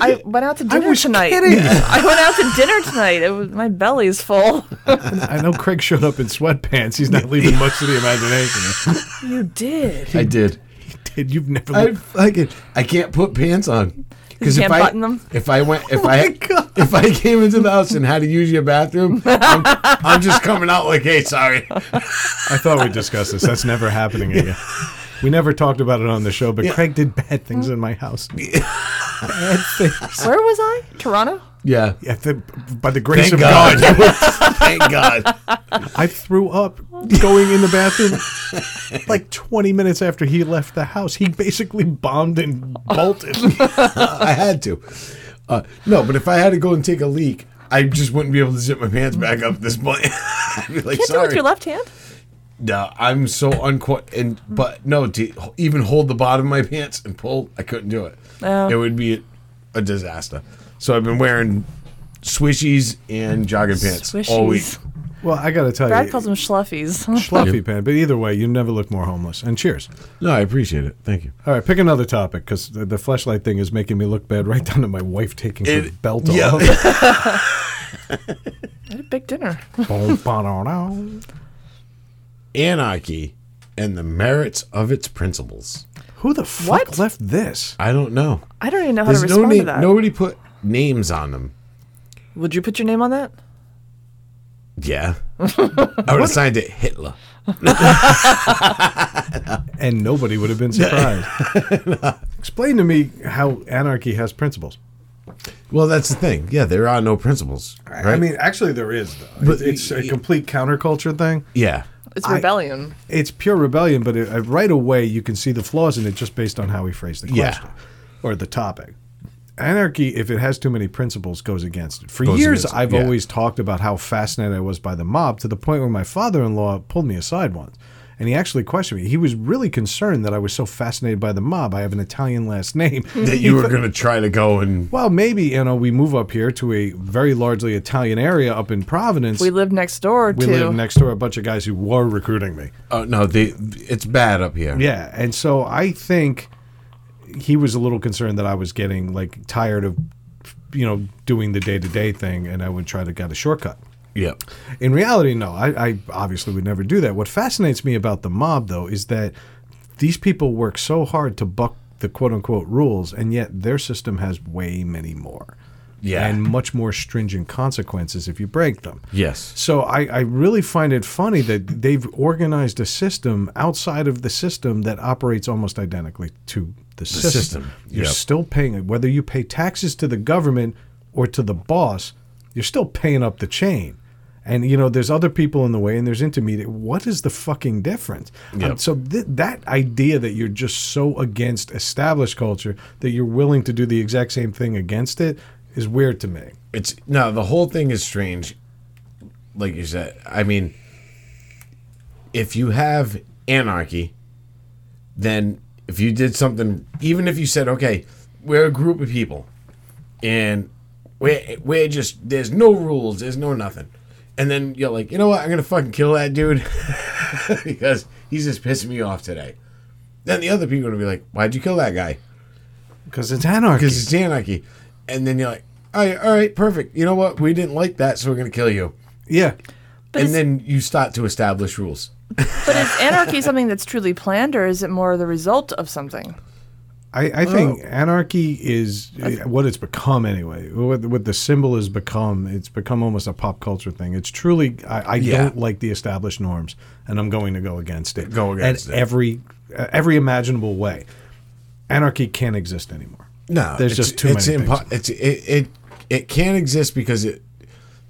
I went out to
I
dinner
was
tonight.
kidding.
I went out to dinner tonight. It was, my belly's full.
I know Craig showed up in sweatpants. He's not leaving much to the imagination.
You did.
I did.
Dude, you've never.
I like it. I can't put pants on because if
can't
I
button them?
if I went if I if I came into the house and had to use your bathroom, I'm, I'm just coming out like, hey, sorry.
I thought we discussed this. That's never happening again. We never talked about it on the show, but Craig did bad things in my house. Bad things.
Where was I? Toronto.
Yeah.
Yeah, the, by the grace
Thank
of
God.
God.
Thank God.
I threw up going in the bathroom like 20 minutes after he left the house. He basically bombed and bolted.
I had to. Uh, no, but if I had to go and take a leak, I just wouldn't be able to zip my pants back up at this point. I'd be like,
Can't do it
sorry.
with your left hand.
No, I'm so unquote and but no, to h- even hold the bottom of my pants and pull, I couldn't do it.
Oh.
It would be a, a disaster. So I've been wearing swishies and jogging pants all week.
Swishies.
Well, I got to tell
Brad
you,
calls them schluffies.
Schluffy Pan, but either way, you never look more homeless. And cheers.
No, I appreciate it. Thank you.
All right, pick another topic because the, the flashlight thing is making me look bad right down to my wife taking her
It-
belt
yeah.
off.
I had a big dinner.
Boom, ba-da-da.
Anarchy and the merits of its principles.
Who the fuck
What?
left this?
I don't know.
I don't even know how
There's
to
no
respond
name.
to that.
Nobody put names on them.
Would you put your name on that?
Yeah, I would have signed it Hitler.
And nobody would have been surprised. Explain to me how anarchy has principles.
Well, that's the thing. Yeah, there are no principles. Right?
I mean, actually, there is. Though.
But-
it's a complete counterculture thing.
yeah.
It's
I-
rebellion.
It's pure rebellion, but it, uh, right away you can see the flaws in it just based on how we phrase the
Yeah.
question or the topic. Anarchy, if it has too many principles, goes against it. For
Goes
years,
against it,
I've
yeah.
always talked about how fascinated I was by the mob to the point where my father in law pulled me aside once. And he actually questioned me. He was really concerned that I was so fascinated by the mob. I have an Italian last name.
That you were gonna try to go and
Well, maybe you know we move up here to a very largely Italian area up in Providence.
We live next door
We
to.
live next door. A bunch of guys who were recruiting me.
oh no, they it's bad up here.
Yeah, and so I think he was a little concerned that I was getting like tired of you know doing the day to day thing, and I would try to get a shortcut.
Yeah.
In reality, no. I, I obviously would never do that. What fascinates me about the mob, though, is that these people work so hard to buck the quote unquote rules, and yet their system has way many more.
Yeah.
and much more stringent consequences if you break them.
Yes.
So I, I really find it funny that they've organized a system outside of the system that operates almost identically to the system.
system,
You're
yep.
still paying it, whether you pay taxes to the government or to the boss, you're still paying up the chain. And you know, there's other people in the way, and there's intermediate. What is the fucking difference? Um,
Yep.
so th- that idea that you're just so against established culture that you're willing to do the exact same thing against it is weird to me.
It's no, the whole thing is strange. Like you said, I mean, if you have anarchy, then if you did something, even if you said, okay, we're a group of people, and we're we're just there's no rules, there's no nothing, and then you're like, you know what, I'm gonna fucking kill that dude because he's just pissing me off today. Then the other people are gonna be like, why'd you kill that guy?
Because it's anarchy.
because it's anarchy. And then you're like, all right, all right, perfect. You know what? We didn't like that, so we're going to kill you.
Yeah.
and then you start to establish rules.
But is anarchy something that's truly planned, or is it more the result of something?
I, I think anarchy is eh, what it's become anyway. What, what the symbol has become, it's become almost a pop culture thing. It's truly, I, I
Yeah.
don't like the established norms, and I'm going to go against it.
Go against
at
it.
every uh, every imaginable way. Anarchy can't exist anymore.
No,
There's
it's,
just too
it's
many things.
impo- It's it, it it can't exist because it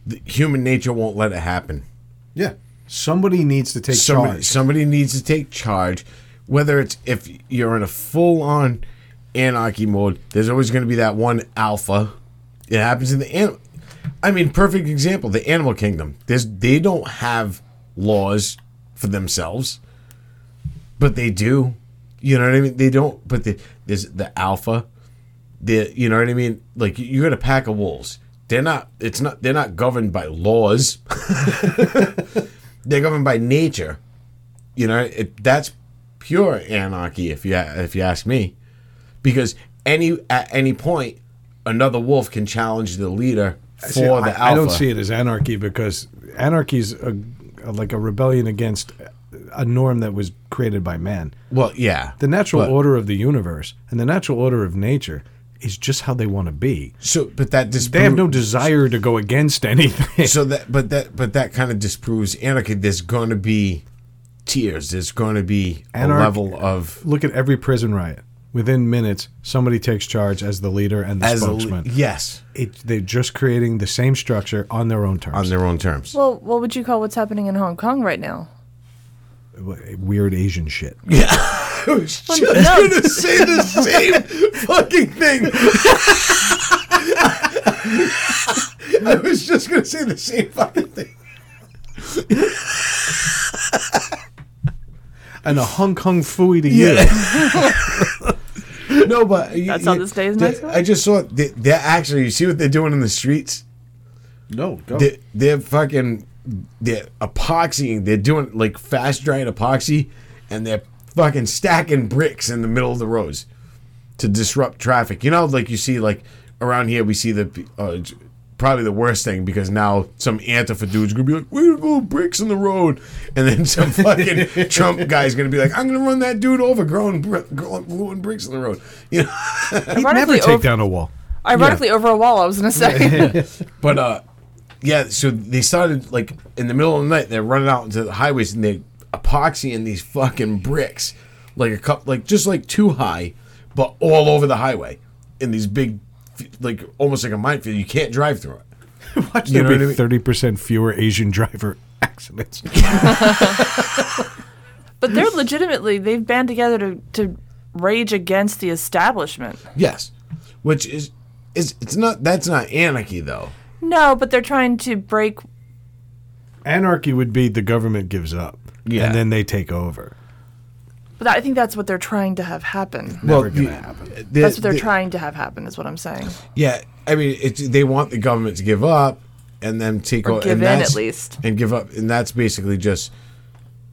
the, human nature won't let it happen.
Yeah, somebody needs to take
somebody,
charge.
Somebody needs to take charge. Whether it's if you're in a full on anarchy mode, there's always going to be that one alpha. It happens in the animal. I mean, perfect example: the animal kingdom. There's they don't have laws for themselves, but they do. You know what I mean? They don't. But the, there's the alpha. The you know what I mean? Like you got a pack of wolves. They're not. It's not. They're not governed by laws they're governed by nature. You know, it, that's pure anarchy if you if you ask me, because any at any point another wolf can challenge the leader for
See,
the
I,
alpha.
I don't see it as anarchy because anarchy is a, like a rebellion against a norm that was created by man.
Well, yeah,
the natural
But-
order of the universe and the natural order of nature is just how they want to be.
so but that
They have
disproves
no desire to go against anything.
so that but that but that kind of disproves anarchy. There's going to be tiers. There's going to be
Anarch-
a level of
Look at every prison riot. Within minutes, somebody takes charge as the leader and the
as a,
spokesman.
yes
it, they're just creating the same structure on their own
on
terms.
their own terms.
Well, what would you call what's happening in Hong Kong right now?
W- Weird Asian shit.
I was just gonna say the same fucking thing. I was just gonna say the same fucking thing.
And a Hong Kong fooey to you.
No, but you-
That's how
you-
this day is
the-
nice, huh?
I just saw they, they're actually. You see what they're doing in the streets?
No, go.
They, they're fucking. They're epoxying. They're doing like fast drying epoxy, and they're fucking stacking bricks in the middle of the roads to disrupt traffic. You know, like you see, like around here, we see the uh, j- probably the worst thing because now some Antifa dude's gonna be like, "We're gonna go bricks in the road," and then some fucking Trump guy's gonna be like, "I'm gonna run that dude over, growing, br- growing, growing bricks in the road." You know.
He'd never
Ironically,
take
over-
down a wall.
Ironically, over a wall. I was gonna say.
But uh, yeah. So they started like in the middle of the night. They're running out into the highways and they epoxying these fucking bricks, like a cup, like just like too high, but all over the highway in these big, f- like almost like a minefield. You can't drive through it.
Watch
You
there
know what I
be
mean?
thirty percent fewer Asian driver accidents.
But they're legitimately they've band together to, to rage against the establishment.
Yes, which is is it's not that's not anarchy though.
No, but they're trying to break.
Anarchy would be the government gives up
Yeah.
and then they take over.
But I think that's what they're trying to have happen.
Never
well,
gonna
the-
happen.
the-
That's what they're
the-
trying to have happen. Is what I'm saying.
Yeah, I mean, it's, they want the government to give up and then take
Or
o-
give
and
in, at
that's-
least.
and give up, and that's basically just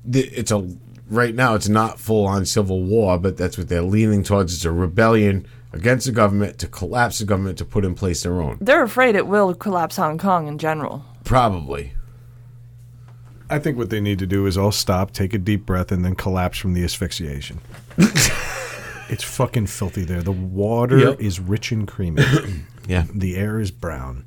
the- it's a right now it's not full on civil war, but that's what they're leaning towards. It's a rebellion against the government to collapse the government to put in place their own,
They're afraid it will collapse Hong Kong in general.
probably.
I think what they need to do is all stop, take a deep breath, and then collapse from the asphyxiation. It's fucking filthy there. The water
Yep.
is rich and creamy.
Yeah.
the air is brown.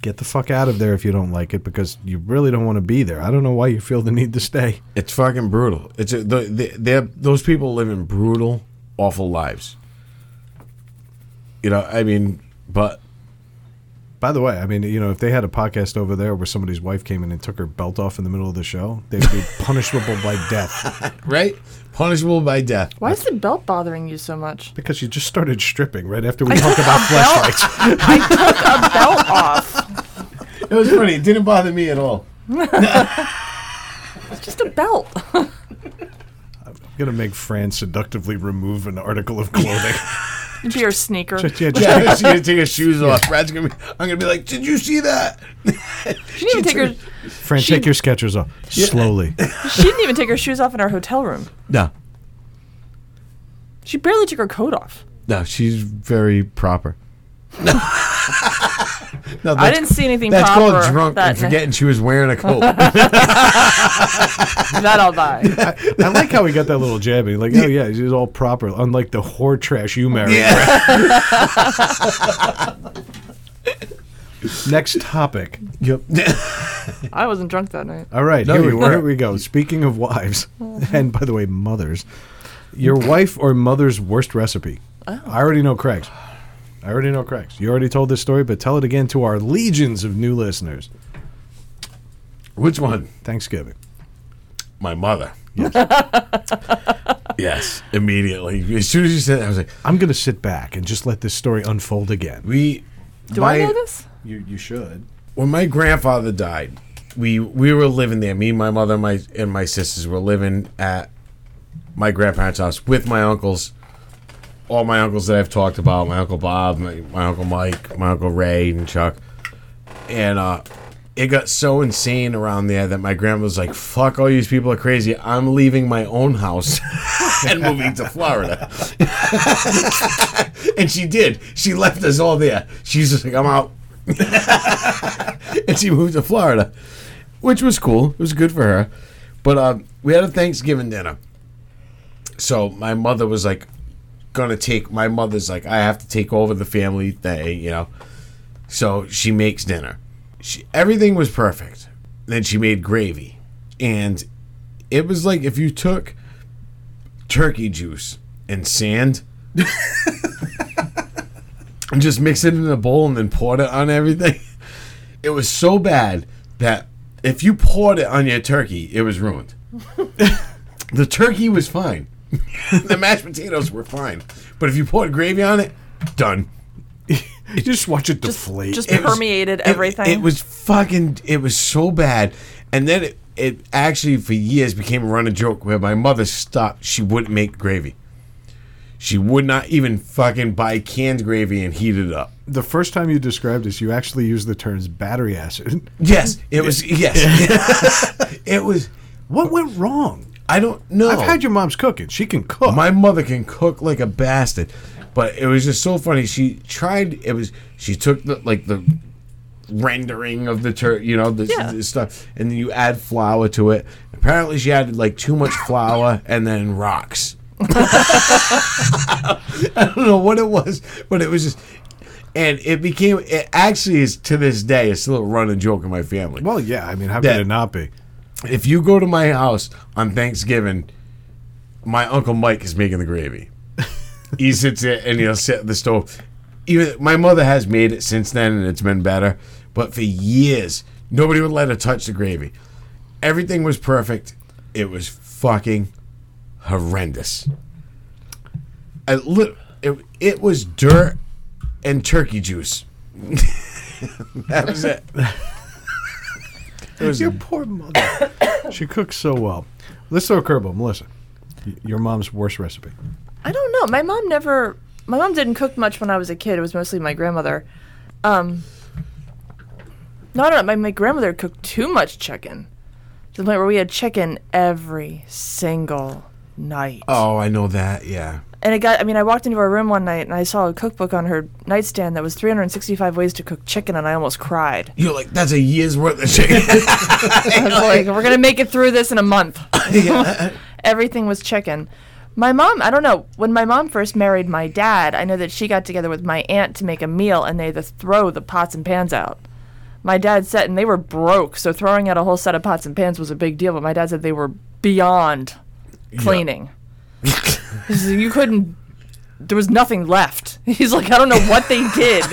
Get the fuck out of there if you don't like it because you really don't want to be there. I don't know why you feel the need to stay.
It's fucking brutal. It's a, the, the, they're, those people live in brutal, awful lives. You know, I mean, but
By the way, I mean, you know, if they had a podcast over there where somebody's wife came in and took her belt off in the middle of the show, they'd be punishable by death
right, punishable by death.
Why is the belt bothering you so much?
because you just started stripping right after we talked about flashlights.
Belt off.
It was funny. It didn't bother me at all.
It's just a belt.
I'm going to make Fran seductively remove an article of clothing.
It'd be your sneaker.
Just- yeah, just-
Yeah, she's gonna take her shoes off. Brad's gonna be. I'm gonna be like, did you see that?
She didn't, even take
Fran, take your Skechers off slowly.
her, she didn't even take her shoes off in our hotel room.
No,
She barely took her coat off.
no, she's very proper. no,
I
that's,
didn't see anything
that's
proper.
called drunk
that,
and forgetting she was wearing a coat.
that I'll buy.
I like how he got that little jab. in. Like, oh yeah, he's all proper, unlike the whore trash you married. Next topic.
yep.
I wasn't drunk that night.
All right,
No,
here, we,
you weren't.
here we go. Speaking of wives, and by the way, mothers, your wife or mother's worst recipe. I already know Craig's. I already know Craig's. You already told this story, but tell it again to our legions of new listeners.
Which one?
Thanksgiving.
My mother. Yes. yes. Immediately, as soon as you said that, I was like,
I'm going to sit back and just let this story unfold again.
we.
Do I know this?
You, you should.
when my grandfather died, we we were living there. Me, my mother, my and my sisters were living at my grandparents' house with my uncles. All my uncles that I've talked about, my uncle Bob, my, my uncle Mike, my uncle Ray, and Chuck, and uh, it got so insane around there that my grandma was like, "Fuck all these people are crazy. I'm leaving my own house and moving to Florida." and she did. She left us all there. She's just like, "I'm out." and she moved to Florida, which was cool. It was good for her. But uh, we had a Thanksgiving dinner. So my mother was like, gonna take, my mother's like, I have to take over the family thing, you know. So she makes dinner. She, everything was perfect. Then she made gravy. And it was like if you took turkey juice and sand and just mixed it in a bowl and then poured it on everything. It was so bad that if you poured it on your turkey, it was ruined. the turkey was fine. the mashed potatoes were fine. But if you poured gravy on it, done.
You just watch it deflate.
Just
It was-
permeated
it-
everything.
It, was fucking. It was so bad, and then it, it actually for years became a running joke where my mother stopped. She wouldn't make gravy. She would not even fucking buy canned gravy and heat it up.
the first time you described this, you actually used the terms battery acid.
Yes, it was. Yes, it was.
What went wrong?
I don't know.
I've had your mom's cooking. She can cook.
My mother can cook like a bastard, but it was just so funny. She tried. It was she took the like the rendering of the tur, you know, the,
Yeah.
the stuff, and then you add flour to it. Apparently, she added like too much flour and then rocks. I don't know what it was, but it was just. And it became, it actually is to this day, it's still a running joke in my family
well, yeah. I mean, how
That-
could it not be?
if you go to my house on Thanksgiving, my uncle Mike is making the gravy. he sits there and he'll sit at the stove. Even my mother has made it since then, and it's been better. But for years, nobody would let her touch the gravy. Everything was perfect. It was fucking horrendous. I li- it, it was dirt and turkey juice. that was it.
Your poor mother. she cooks so well. Let's throw a curveball, Melissa. y- Your mom's worst recipe.
I don't know. My mom never. My mom didn't cook much when I was a kid. It was mostly my grandmother. Um, no, I don't know. My, my grandmother cooked too much chicken to the point where we had chicken every single night.
Oh, I know that. Yeah.
And it got, I mean, I walked into her room one night and I saw a cookbook on her nightstand that was 365 ways to cook chicken, and I almost cried.
You're like, that's a year's worth of chicken.
I was like, we're going to make it through this in a month. Everything was chicken. My mom, I don't know. When my mom first married my dad, I know that she got together with my aunt to make a meal and they had to throw the pots and pans out. My dad said, and they were broke, so throwing out a whole set of pots and pans was a big deal, but my dad said they were beyond cleaning. you couldn't, there was nothing left. He's like, I don't know what they did.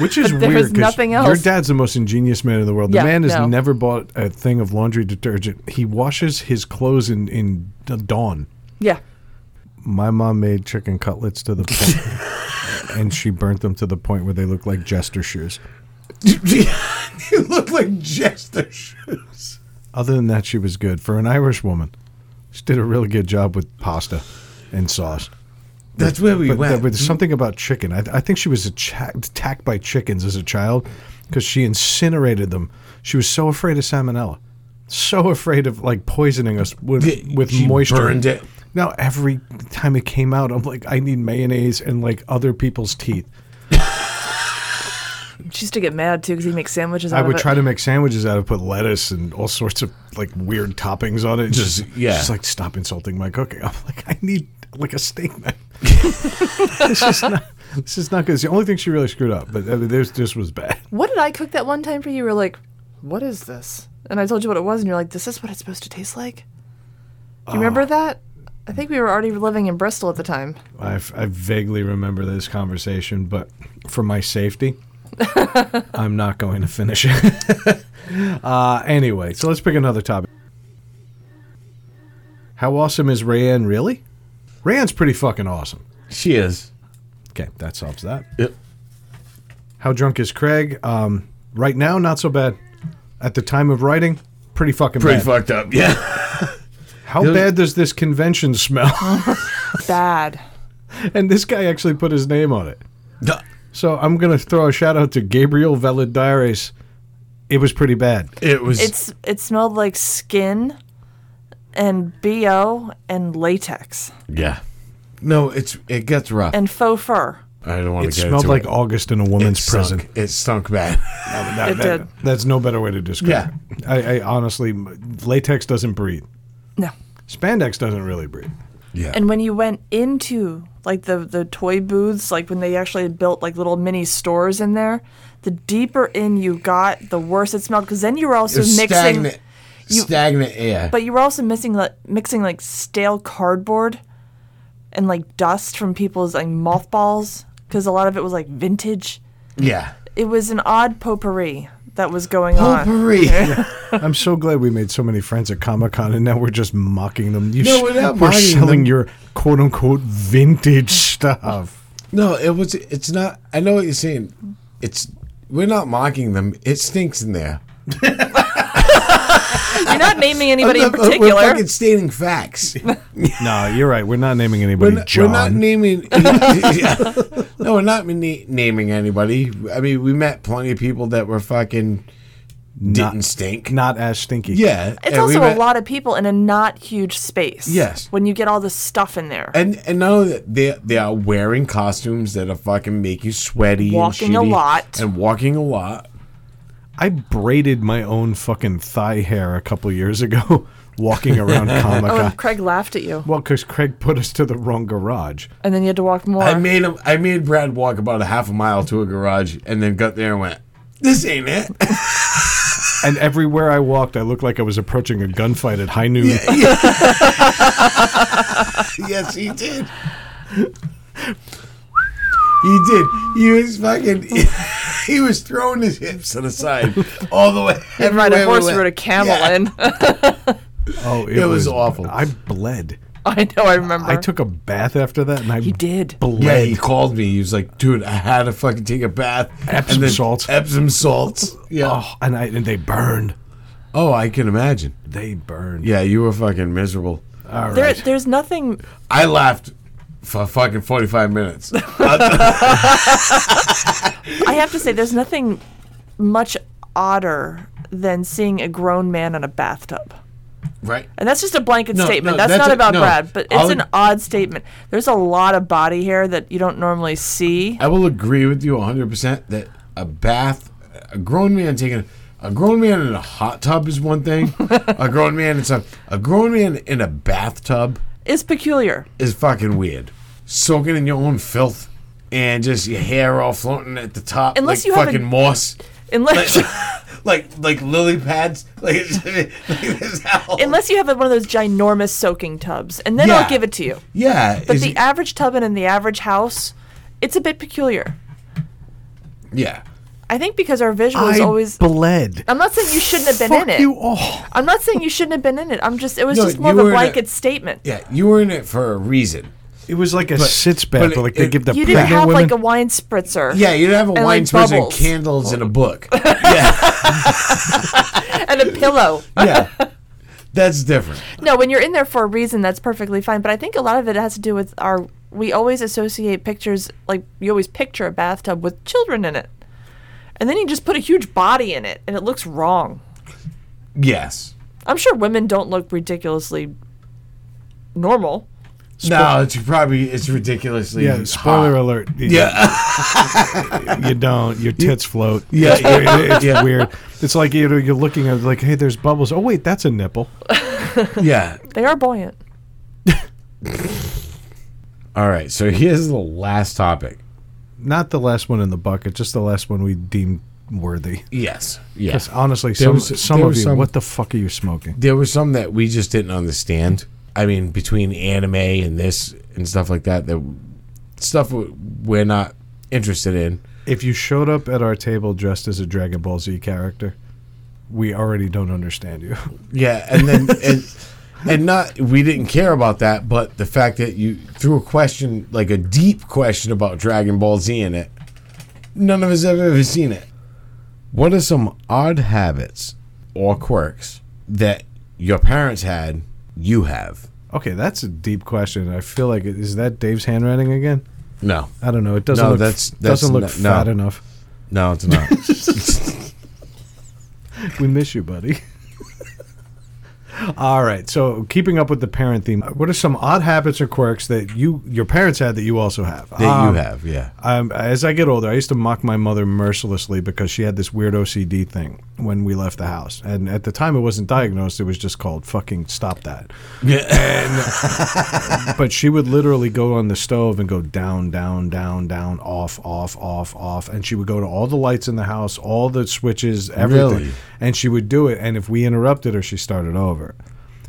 Which is
But
weird.
there was
'cause
nothing
Your
else.
dad's the most ingenious man in the world. The
Yeah,
man has
no.
never bought a thing of laundry detergent. He washes his clothes in in the dawn.
yeah.
My mom made chicken cutlets to the point, and she burnt them to the point where they looked like jester shoes.
you look like Jester shoes.
Other than that, she was good for an Irish woman. She did a really good job with pasta and sauce.
That's where we
But
went.
there was something about chicken. I, I think she was atta- attacked by chickens as a child because she incinerated them. She was so afraid of salmonella, so afraid of like poisoning us with
Yeah,
with
she
moisture.
burned it.
Now every time it came out, I'm like, I need mayonnaise and like other people's teeth.
She used to get mad too because he makes sandwiches out
I
of
would
it.
try to make sandwiches out of put lettuce and all sorts of like weird toppings on it. And
Just-
she's-
yeah.
she's like, stop insulting my cooking. I'm like, I need like a steak knife. this is not. This is not good. It's the only thing she really screwed up, but I mean, this this was bad.
what did I cook that one time for you? You were like, what is this? And I told you what it was, and you're like, this is what it's supposed to taste like? Do you remember that? I think we were already living in Bristol at the time.
I, f- I vaguely remember this conversation, but for my safety, I'm not going to finish it. uh, anyway, so let's pick another topic. How awesome is Rayanne really? Rayanne's pretty fucking awesome.
she is.
Okay, that solves that.
Yep.
How drunk is Craig? Um, right now, not so bad. At the time of writing, pretty fucking
Pretty
bad.
fucked up. Yeah.
How bad does this convention smell?
Bad.
and this guy actually put his name on it.
Duh.
So I'm gonna throw a shout out to Gabriel Valadares. It was pretty bad.
It was.
It's it smelled like skin and BO and latex
yeah. No, it's it gets rough.
and faux fur.
I don't want
It
to get
smelled
into
like
it.
August in a
It
woman's
stunk.
prison.
It stunk bad.
That-
It
that-
did.
That's no better way to describe it. I, I honestly, m- latex doesn't breathe.
No.
Spandex doesn't really breathe.
yeah.
And when you went into like the the toy booths, like when they actually had built like little mini stores in there, the deeper in you got, the worse it smelled because then you were also
It's
mixing
stagnant.
you-
stagnant air.
But you were also missing like mixing like stale cardboard and like dust from people's like mothballs because a lot of it was like vintage.
yeah.
It was an odd potpourri that was going on.
Potpourri.
I'm so glad we made so many friends at Comic Con, and now we're just mocking them. You
No,
s-
we're not
we're
mocking
selling
them.
your quote unquote vintage stuff.
No, it was. It's not. I know what you're saying. It's. We're not mocking them. It stinks in there.
You're not naming anybody in
I'm not- Uh, We're
particular.
fucking stating facts.
no, you're right. We're not naming
We're
anybody
not,
John.
we're not naming. Yeah. No, we're not na- naming anybody. I mean, we met plenty of people that were fucking didn't stink.
not as stinky.
yeah,
It's
and we
also a
met-
lot of people in a not huge space.
Yes.
When you get all the stuff in there.
And and not only that, they they are wearing costumes that are fucking make you sweaty, and
Walking a
shitty
lot.
and walking a lot.
I braided my own fucking thigh hair a couple years ago walking around Comic
oh,
Con.
and Craig laughed at you.
Well, because Craig put us to the wrong garage.
And then you had to walk more.
I made him. I made Brad walk about a half a mile to a garage, and then got there and went, "This ain't it."
And everywhere I walked, I looked like I was approaching a gunfight at high noon.
yes, he did. He did. He was fucking. He was throwing his hips to the side all the way.
and ride a
everywhere we
horse
went.
rode a camel
Yeah.
in.
Oh, it,
It was awful.
I bled.
I know, I remember.
I took a bath after that, and I
you did.
bled.
Yeah, he called me. He was like, "Dude, I had to fucking take a bath."
Epsom salts.
Epsom salts. Yeah. Oh.
Oh, and I and they burned.
I can imagine.
They burned.
Yeah, you were fucking miserable.
All
There,
right.
There's nothing
I laughed for fucking forty-five minutes.
I have to say, there's nothing much odder than seeing a grown man in a bathtub.
right.
And that's just a blanket
No, no,
statement. that's,
that's
not
a-
about
no.
Brad, but it's
I'll-
an odd statement. There's a lot of body hair that you don't normally see.
I will agree with you 100% that a bath, a grown man taking a grown man in a hot tub is one thing. a grown man in some, a grown man in a bathtub
is peculiar.
is fucking weird. Soaking in your own filth and just your hair all floating at the top
Unless
like
you have a-
fucking moss.
Unless
like like lily pads. Like, it's- like this hell.
unless you have one of those ginormous soaking tubs, and then
Yeah.
I'll give it to you.
yeah,
But
is
the
it-
average tub and in the average house, it's a bit peculiar.
yeah.
I think because our visual is
I
always.
bled.
I'm not saying you shouldn't have been
Fuck
in it.
you all.
I'm not saying you shouldn't have been in it. I'm just. It was
No,
just more
you
of a
were in a-
blanket statement.
Yeah, you were in it for a reason.
It was like a
But-
sits back,
but
but, like
it-
they give the
You didn't
pregnant
have
women.
like a wine spritzer.
Yeah, you don't have a
And,
wine
like,
spritzer and
bubbles.
candles and a book.
And a pillow.
yeah. That's different.
No, when you're in there for a reason, that's perfectly fine. But I think a lot of it has to do with our. We always associate pictures, like, you always picture a bathtub with children in it. And then you just put a huge body in it, and it looks wrong.
Yes.
I'm sure women don't look ridiculously normal.
No, it's probably it's ridiculously
yeah, spoiler
hot.
alert.
Yeah.
you don't. Your tits float.
Yeah,
it's
yeah,
weird. It- It's
yeah.
weird. It's like you know, you're looking at it like, hey, there's bubbles. Oh wait, that's a nipple.
yeah.
They are buoyant.
All right. So here's the last topic.
Not the last one in the bucket, just the last one we deemed worthy.
Yes.
Because
Yes.
honestly,
There
some
was-
some
there
of
was
you,
some-
what the fuck are you smoking?
There were some that we just didn't understand. I mean, between anime and this and stuff like that, that stuff w- we're not interested in.
If you showed up at our table dressed as a Dragon Ball Z character, we already don't understand you.
Yeah, and then and, and not we didn't care about that, but the fact that you threw a question like a deep question about Dragon Ball Z in it, none of us have ever seen it. What are some odd habits or quirks that your parents had you have?
Okay, that's a deep question. I feel like is that Dave's handwriting again?
No,
I don't know. It doesn't
No,
look
that's-
doesn't look
that's n- no.
fat enough.
no, it's not.
We miss you, buddy. All right. So, keeping up with the parent theme, what are some odd habits or quirks that you your parents had that you also have?
that
Um,
you have, yeah.
Um, as I get older, I used to mock my mother mercilessly because she had this weird OCD thing when we left the house. And at the time, it wasn't diagnosed, it was just called fucking stop that. but she would literally go on the stove and go down, down, down, down, off, off, off, off. And she would go to all the lights in the house, all the switches, everything.
Really?
And she would do it. And if we interrupted her, she started over.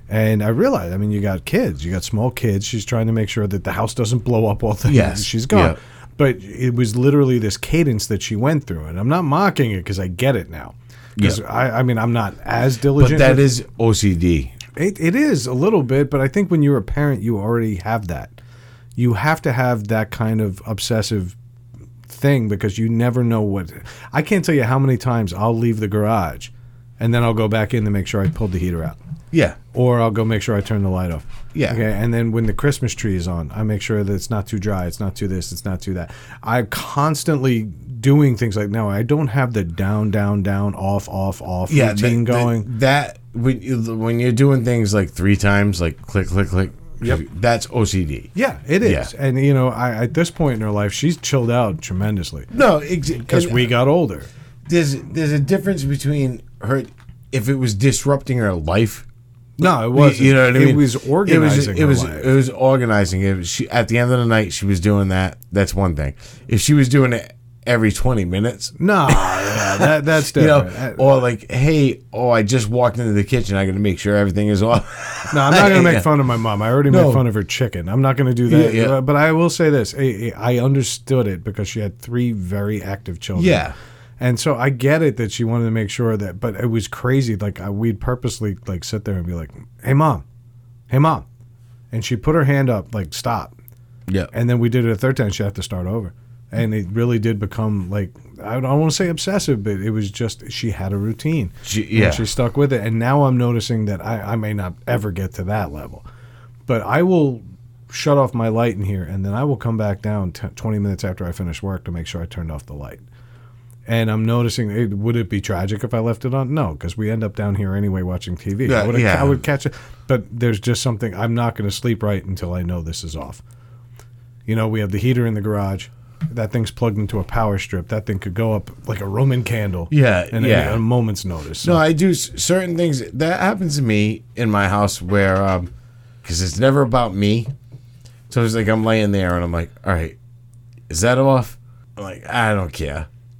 And I realized, I mean, you got kids, you got small kids. She's trying to make sure that the house doesn't blow up while
Yes.
she's gone.
Yeah.
But it was literally this cadence that she went through. And I'm not mocking it because I get it now. Because
Yeah.
I, I mean, I'm not as
But
diligent.
that
with-
is OCD.
it, it is a little bit, but I think when you're a parent, you already have that. You have to have that kind of obsessive thing because you never know what. I can't tell you how many times I'll leave the garage and then I'll go back in to make sure I pulled the heater out.
Yeah.
Or I'll go make sure I turn the light off.
Yeah.
Okay. And then when the Christmas tree is on, I make sure that it's not too dry, it's not too this, it's not too that. I'm constantly doing things like, no, I don't have the down, down, down, off, off, off
yeah,
routine
that- that-
going.
That when you, when you're doing things like three times, like click, click, click.
Yep.
That's OCD.
Yeah, it is.
Yeah.
And you know, I, at this point in her life, she's chilled out tremendously
No, because
because we got older.
there's there's a difference between her if it was disrupting her life.
No, it was.
You know what I mean?
It was organizing.
It was
her
it
life.
was organizing. It was, she, at the end of the night, she was doing that. That's one thing. If she was doing it every twenty minutes,
no, yeah, that, that's
you know,
different. Uh, That-
or like, hey, oh, I just walked into the kitchen. I got to make sure everything is all.
No, I'm not going to
Yeah.
make fun of my mom. I already
No.
made fun of her chicken. I'm not going to do that.
Yeah, yeah.
But I will say this: I, I understood it because she had three very active children.
Yeah.
And so I get it that she wanted to make sure that, but it was crazy. Like I, we'd purposely like sit there and be like, "Hey, mom, hey, mom," and she put her hand up like, "Stop."
yeah.
And then we did it a third time. She had to start over. And it really did become like I don't want to say obsessive, but it was just she had a routine.
She-
And
yeah.
she stuck with it. And now I'm noticing that I, I may not ever get to that level, but I will shut off my light in here, and then I will come back down t- 20 minutes after I finish work to make sure I turned off the light. And I'm noticing, it, would it be tragic if I left it on? No, because we end up down here anyway watching TV.
Yeah,
I, would,
yeah.
I would catch it, but there's just something. I'm not going to sleep right until I know this is off. You know, we have the heater in the garage. That thing's plugged into a power strip. That thing could go up like a Roman candle.
Yeah,
and
yeah.
a moment's notice.
No,
So-
I do s- certain things that happens to me in my house where um, because it's never about me. So it's like I'm laying there and I'm like, all right, is that off? I'm like, I don't care.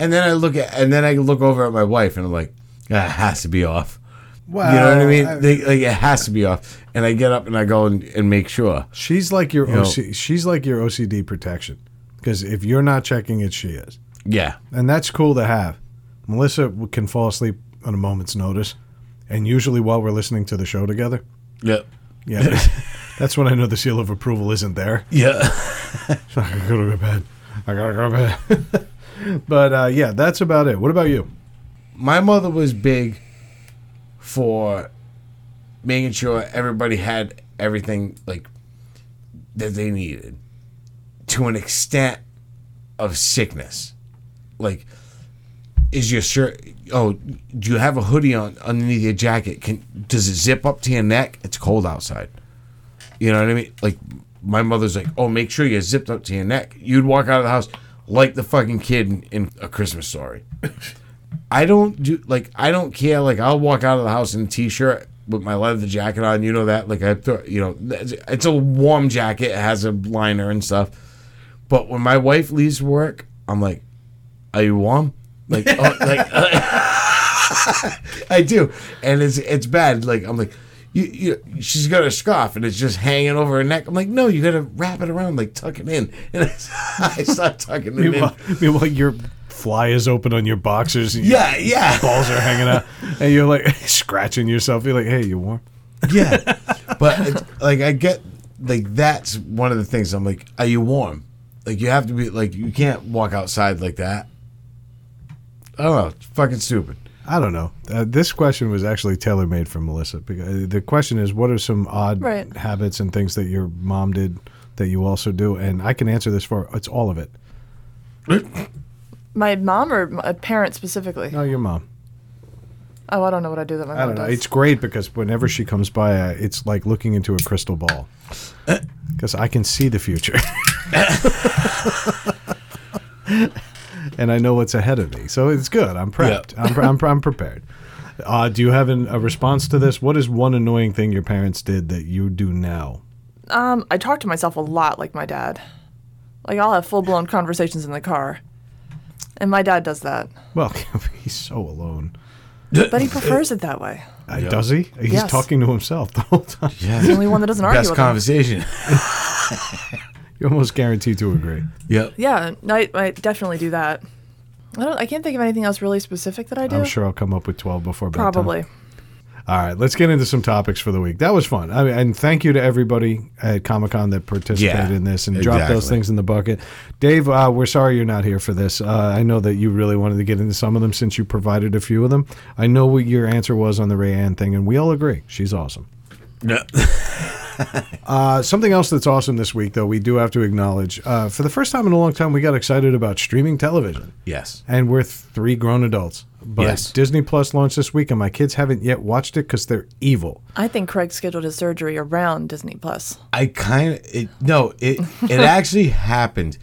and then I look at and then I look over at my wife and I'm like, that has to be off.
Wow.
you know what I mean? They, like it has to be off. And I get up and I go and, and make sure.
she's like your
know-
OC, she's like your OCD protection because if you're not checking it, she is,
Yeah.
and that's cool to have. Melissa w- can fall asleep on a moment's notice, and usually while we're listening to the show together.
Yep.
Yeah, that's when I know the seal of approval isn't there.
Yeah.
So I gotta go to bed. I gotta go to bed. but uh, yeah, that's about it. What about you?
my mother was big for making sure everybody had everything like that they needed to an extent of sickness like is your shirt oh do you have a hoodie on underneath your jacket can does it zip up to your neck it's cold outside you know what i mean like my mother's like oh make sure you're zipped up to your neck you'd walk out of the house like the fucking kid in, in a christmas story I don't do like I don't care. Like I'll walk out of the house in a t-shirt with my leather jacket on. You know that. Like I, throw, you know, that's- it's a warm jacket. It has a liner and stuff. But when my wife leaves work, I'm like, "Are you warm?" Like, oh, like I do, and it's it's bad. Like I'm like, you, you, she's got a scarf and it's just hanging over her neck. I'm like, no, you got to wrap it around, like tuck it in. And I, I start tucking it in.
Meanwhile, meanwhile, your fly is open on your boxers. And your
Yeah, yeah.
balls are hanging out, and you're like scratching yourself. You're like, "Hey, you warm?"
Yeah, but it's, like I get like that's one of the things I'm like, are you warm? Like you have to be like you can't walk outside like that. I don't know. It's fucking stupid.
I don't know. Uh, this question was actually tailor made for Melissa because uh, the question is, what are some odd
Right.
habits and things that your mom did that you also do? And I can answer this for it's all of it.
My mom or my parent specifically?
No, your mom.
Oh, I don't know what I do that my
I
mom
don't know.
does.
It's great because whenever she comes by, uh, it's like looking into a crystal ball because I can see the future. and I know what's ahead of me. So it's good. I'm prepped. I'm, pre- I'm, pre- I'm prepared. Uh, do you have an, a response to this? What is one annoying thing your parents did that you do now?
Um, I talk to myself a lot like my dad. Like I'll have full blown conversations in the car. And my dad does that.
Well, he's so alone.
But he prefers it that way.
Uh, Does he? He's
Yes.
talking to himself the whole time.
The only one that doesn't argue
Best
with him.
conversation.
You're almost guaranteed to agree.
yep.
Yeah, I, I definitely do that. I don't I can't think of anything else really specific that I do.
I'm sure I'll come up with 12 before bedtime.
Probably.
All right, let's get into some topics for the week. That was fun. I mean, and thank you to everybody at Comic Con that participated
Yeah,
in this and dropped those
exactly.
things in the bucket. Dave, uh, we're sorry you're not here for this. Uh, I know that you really wanted to get into some of them since you provided a few of them. I know what your answer was on the Rayanne thing, and we all agree. She's awesome. Uh, something else that's awesome this week, though, we do have to acknowledge. Uh, for the first time in a long time, we got excited about streaming television
yes.
and we're three grown adults. But
Yes.
Disney Plus launched this week, and my kids haven't yet watched it because they're evil.
I think Craig scheduled his surgery around Disney Plus.
I kind of it, no it it actually happened.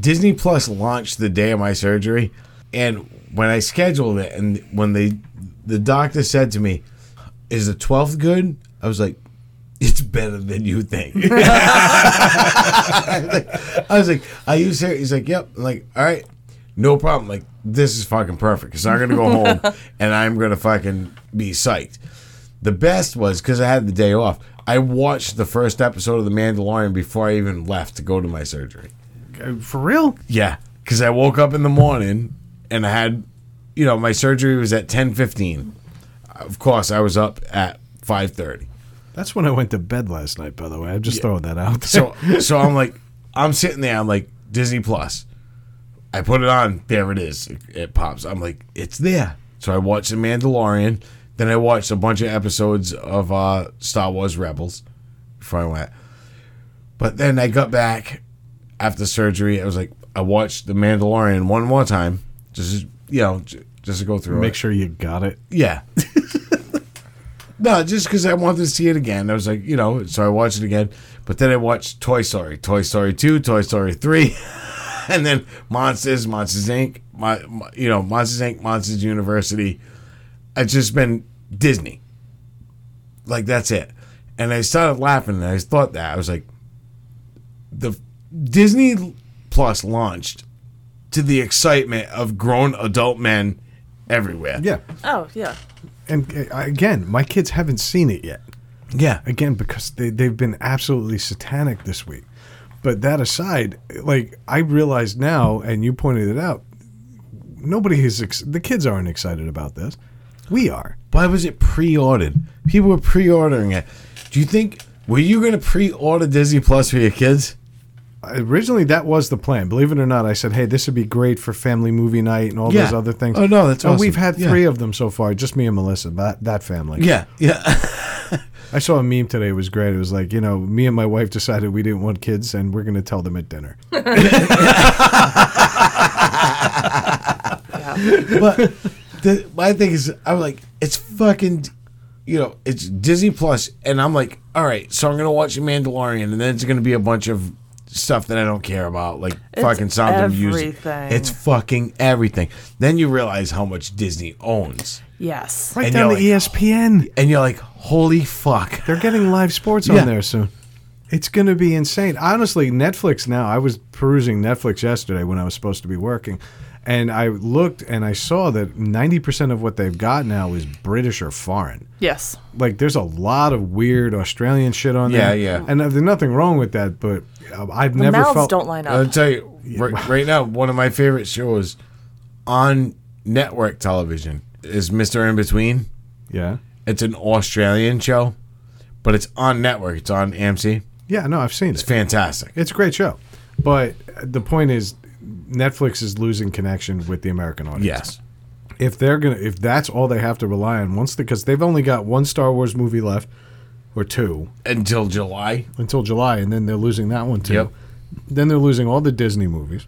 Disney Plus launched the day of my surgery, and when I scheduled it, and when they the doctor said to me, "Is the twelfth good?" I was like, "It's better than you think." I was like, "Are you serious?" He's like, "Yep." I'm like, "All right, no problem." Like this is fucking perfect because I'm gonna go home and I'm gonna fucking be psyched. The best was because I had the day off. I watched the first episode of The Mandalorian before I even left to go to my surgery.
For real?
Yeah, because I woke up in the morning and I had, you know, my surgery was at ten fifteen. Of course, I was up at five thirty.
That's when I went to bed last night. By the way, I'm just throwing that out. There.
So, so I'm like, I'm sitting there. I'm like Disney Plus. I put it on. There it is. It, it pops. I'm like, it's there. So I watched The Mandalorian. Then I watched a bunch of episodes of uh, Star Wars Rebels before I went. But then I got back after surgery. I was like, I watched The Mandalorian one more time, just you know, j- just to go through.
make
it.
sure you got it.
Yeah. no, just because I wanted to see it again. I was like, you know, so I watched it again. But then I watched Toy Story, Toy Story 2, Toy Story 3, and then Monsters, Monsters Inc., my, my- you know, Monsters Inc., Monsters University. I've just been Disney. Like that's it. And I started laughing and I thought that I was like the Disney Plus launched to the excitement of grown adult men everywhere.
Yeah.
Oh yeah.
And uh, again, my kids haven't seen it yet.
Yeah.
Again, because they, they've been absolutely satanic this week. But that aside, like I realize now, and you pointed it out, nobody is, ex- the kids aren't excited about this. We are.
Why was it pre-ordered? People were pre-ordering it. Do you think were you going to pre-order Disney Plus for your kids?
Originally, that was the plan. Believe it or not, I said, hey, this would be great for family movie night and all
Yeah.
those other things.
Oh, no, that's
And
awesome.
we've had
Yeah.
three of them so far, just me and Melissa, that, that family.
Yeah. Yeah.
I saw a meme today. It was great. It was like, you know, me and my wife decided we didn't want kids, and we're going to tell them at dinner.
but the, my thing is, I'm like, it's fucking, you know, it's Disney Plus, and I'm like, all right, so I'm gonna watch The Mandalorian, and then it's gonna be a bunch of stuff that I don't care about, like fucking sound of music.
everything.
It's fucking everything. Then you realize how much Disney owns,
Yes.
Right
And
down
you're
to E
like,
ESPN.
and you're like, holy fuck.
They're getting live sports
Yeah.
on there soon. It's going to be insane. Honestly, Netflix now, I was perusing Netflix yesterday when I was supposed to be working, and I looked and I saw that 90% of what they've got now is British or foreign.
Yes.
Like, there's a lot of weird Australian shit on
Yeah,
there.
yeah.
And there's nothing wrong with that, but uh, I've
The
never
mouths
felt.
don't line
I'll
up.
tell you right, right now, one of my favorite shows on network television is Mister In Between.
yeah.
It's an Australian show, but it's on network. It's on AMC.
Yeah, no, I've seen it.
It's fantastic.
It's a great show, but the point is, Netflix is losing connection with the American audience.
Yes.
If they're gonna, if that's all they have to rely on, once because they've only got one Star Wars movie left, or two
Until July.
until July, and then they're losing that one too.
Yep.
Then they're losing all the Disney movies,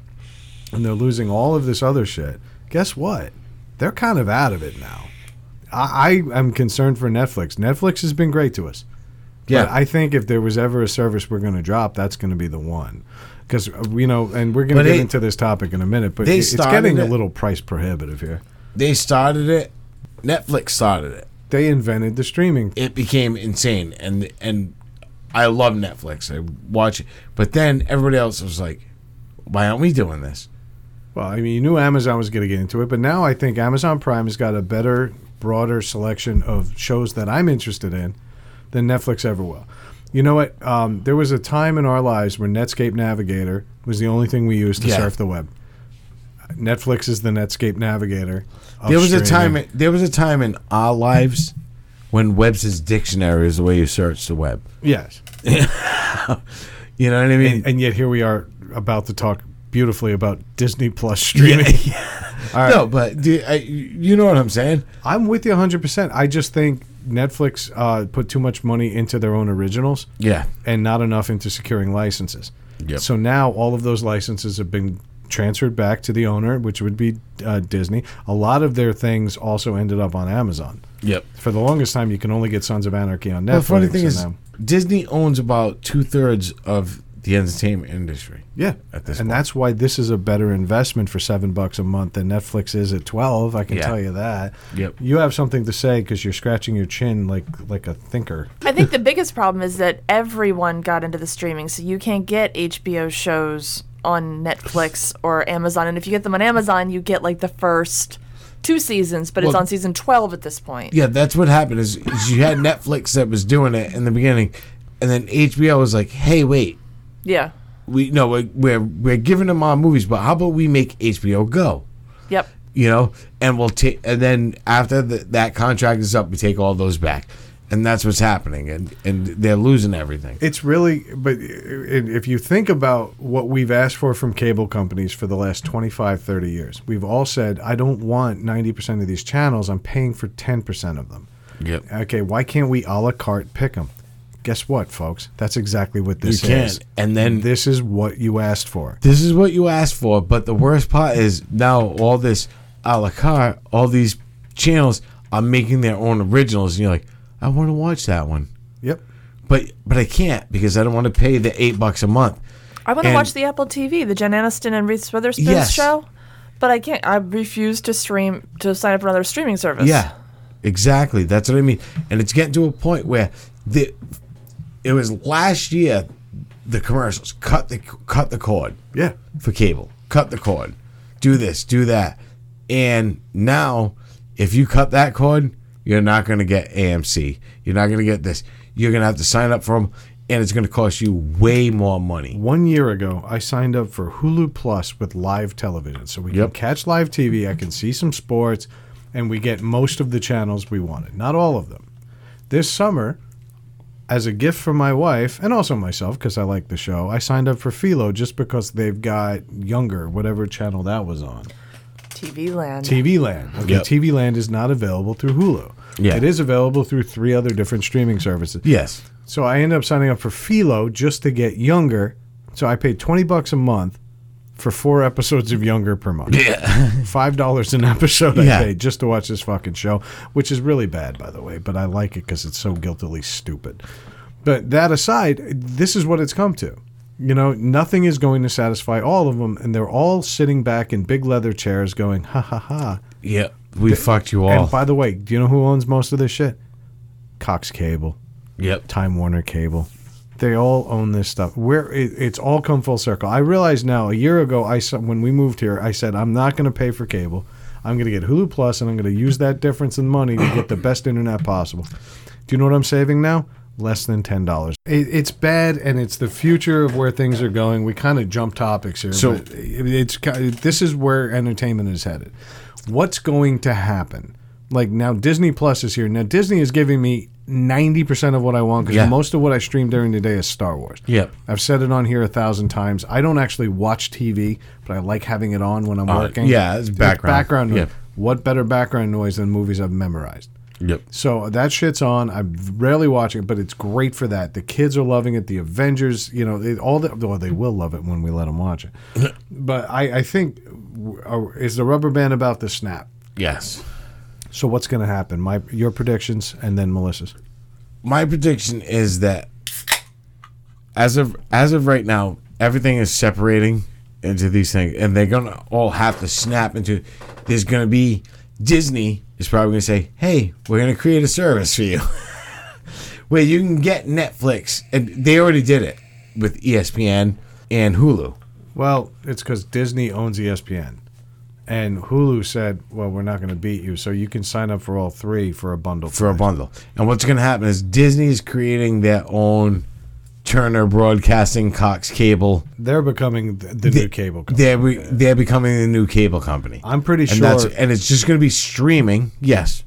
and they're losing all of this other shit. Guess what? They're kind of out of it now. I, I am concerned for Netflix. Netflix has been great to us.
Yeah.
But I think if there was ever a service we're going to drop, that's going to be the one. Because, you know, and we're going
But
to get
it-
into this topic in a minute, but
they
it- it's
started
getting a
it-
little price prohibitive here.
they started it. Netflix started it.
They invented the streaming.
It became insane, and and I love Netflix. I watch it, but then everybody else was like, "Why aren't we doing this?"
Well, I mean, you knew Amazon was going to get into it, but now I think Amazon Prime has got a better, broader selection of shows that I'm interested in than Netflix ever will. You know what? Um, there was a time in our lives where Netscape Navigator was the only thing we used to
Yeah.
surf the web. Netflix is the Netscape Navigator. of
There was a
streaming.
time. There was a time in our lives when Webb's dictionary is the way you search the web.
Yes.
You know what I mean?
and, and yet here we are about to talk beautifully about Disney Plus streaming.
No, but do, I, you know what I'm saying?
I'm with you 100%. I just think Netflix uh, put too much money into their own originals
Yeah.
and not enough into securing licenses.
Yep.
So now all of those licenses have been transferred back to the owner, which would be uh, Disney. A lot of their things also ended up on Amazon.
Yep.
For the longest time, you can only get Sons of Anarchy on Netflix.
The funny thing
and
is,
them-
Disney owns about two thirds of the entertainment industry.
yeah,
at this
and
point.
that's why this is a better investment for seven bucks a month than Netflix is at twelve. I can
Yeah.
tell you that.
Yep.
You have something to say because you're scratching your chin like like a thinker.
I think the biggest problem is that everyone got into the streaming, so you can't get HBO shows on Netflix or Amazon. And if you get them on Amazon, you get like the first two seasons, but it's
Well-
on season 12 at this point.
Yeah, that's what happened. Is, is you had Netflix that was doing it in the beginning, and then HBO was like, "Hey, wait,
Yeah.
we no, we're we're, we're giving them our movies, but how about we make HBO Go?"
Yep.
You know, and we'll take, and then after the, that contract is up, we take all those back, and that's what's happening, and and they're losing everything.
It's really, but i- if you think about what we've asked for from cable companies for the last 25, 30 years, we've all said, I don't want 90% of these channels. I'm paying for 10% of them.
Yep.
Okay, why can't we a la carte pick them? Guess what, folks? That's exactly what
You
this
can't,
is.
and then
This is what you asked for.
this is what you asked for. But the worst part is now all this a la carte, all these channels are making their own originals, and you're like, I want to watch that one,
Yep.
but but I can't because I don't want to pay the eight bucks a month.
I want to
And-
watch the Apple TV, the Jen Aniston and Reese Witherspoon
Yes.
show, but I can't. I refuse to stream to sign up for another streaming service.
Yeah, Exactly. That's what I mean. And it's getting to a point where the it was last year the commercials cut the cut the cord
Yeah.
for cable. Cut the cord. Do this, do that. And now if you cut that cord, you're not going to get AMC. You're not going to get this. You're going to have to sign up for them and it's going to cost you way more money.
One year ago, I signed up for Hulu Plus with live television. So we
Yep.
can catch live TV, I can see some sports, and we get most of the channels we wanted. Not all of them. This summer, as a gift for my wife and also myself, because I like the show, I signed up for Philo just because they've got Younger, whatever channel that was on.
TV land.
TV Land. Okay,
Yep.
TV Land is not available through Hulu.
Yeah.
It is available through three other different streaming services.
Yes.
So I ended up signing up for Philo just to get Younger. So I paid 20 bucks a month for four episodes of Younger per month.
Yeah.
Five dollars an episode
Yeah.
I paid just to watch this fucking show, which is really bad, by the way. But I like it because it's so guiltily stupid. But that aside, this is what it's come to. You know, nothing is going to satisfy all of them, and they're all sitting back in big leather chairs, going, "Ha ha ha."
Yeah. We fucked you all.
And by the way, do you know who owns most of this shit? Cox Cable.
yep.
Time Warner Cable. They all own this stuff. Where it, it's all come full circle. I realize now. A year ago, I sa- when we moved here, I said I'm not going to pay for cable. I'm going to get Hulu Plus, and I'm going to use that difference in money to get the best internet possible. Do you know what I'm saving now? Less than ten dollars. It, it's bad, and it's the future of where things are going. We kind of jump topics here,
So-
but it- it's ki- this is where entertainment is headed. What's going to happen? Like now, Disney Plus is here. Now Disney is giving me ninety percent of what I want because
Yeah.
most of what I stream during the day is Star Wars.
Yep.
I've said it on here a thousand times. I don't actually watch TV, but I like having it on when I'm
Uh,
working.
yeah, it's background.
background noise.
Yeah.
What better background noise than movies I've memorized?
Yep.
So that shit's on. I'm rarely watching it, but it's great for that. The kids are loving it. The Avengers, you know, they, all the well, they will love it when we let them watch it. but I, I think w- are- is the rubber band about to snap.
Yes.
So what's going to happen? My your predictions and then Melissa's.
my prediction is that as of as of right now, everything is separating into these things, and they're gonna all have to snap into. There's gonna be Disney is probably gonna say, "Hey, we're gonna create a service for you, where you can get Netflix," and they already did it with E ESPN and Hulu.
Well, it's because Disney owns E ESPN, and Hulu said, "Well, we're not going to beat you, so you can sign up for all three for a bundle."
for a bundle. And what's going to happen is Disney's creating their own Turner Broadcasting Cox Cable.
They're becoming the, the new cable company.
They're be- they're becoming the new cable company.
I'm pretty
and that's-
sure-
and it's just going to be streaming. Yes,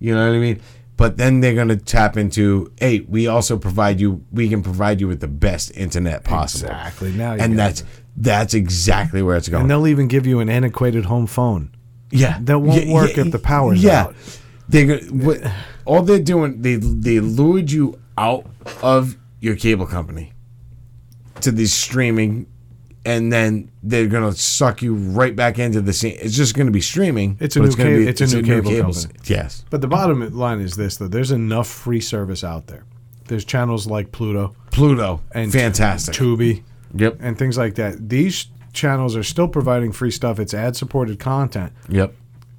you know what I mean. But then they're going to tap into, hey, we also provide you, we can provide you with the best internet possible.
Exactly. Now you
and
got
that's that's exactly where it's going.
And they'll even give you an antiquated home phone.
Yeah,
That won't work if the power's out.
They're gonna, what, all they're doing they they lured you out of your cable company to these streaming, and then they're gonna suck you right back into the scene. It's just gonna be streaming.
It's a
but
new
gonna
ca- it's a new cable
s-
company.
Yes,
But the bottom line is this: though, there's enough free service out there. There's channels like Pluto
Pluto
and
fantastic.
Tubi.
Yep.
and things like that. These channels are still providing free stuff. It's ad-supported content.
Yep.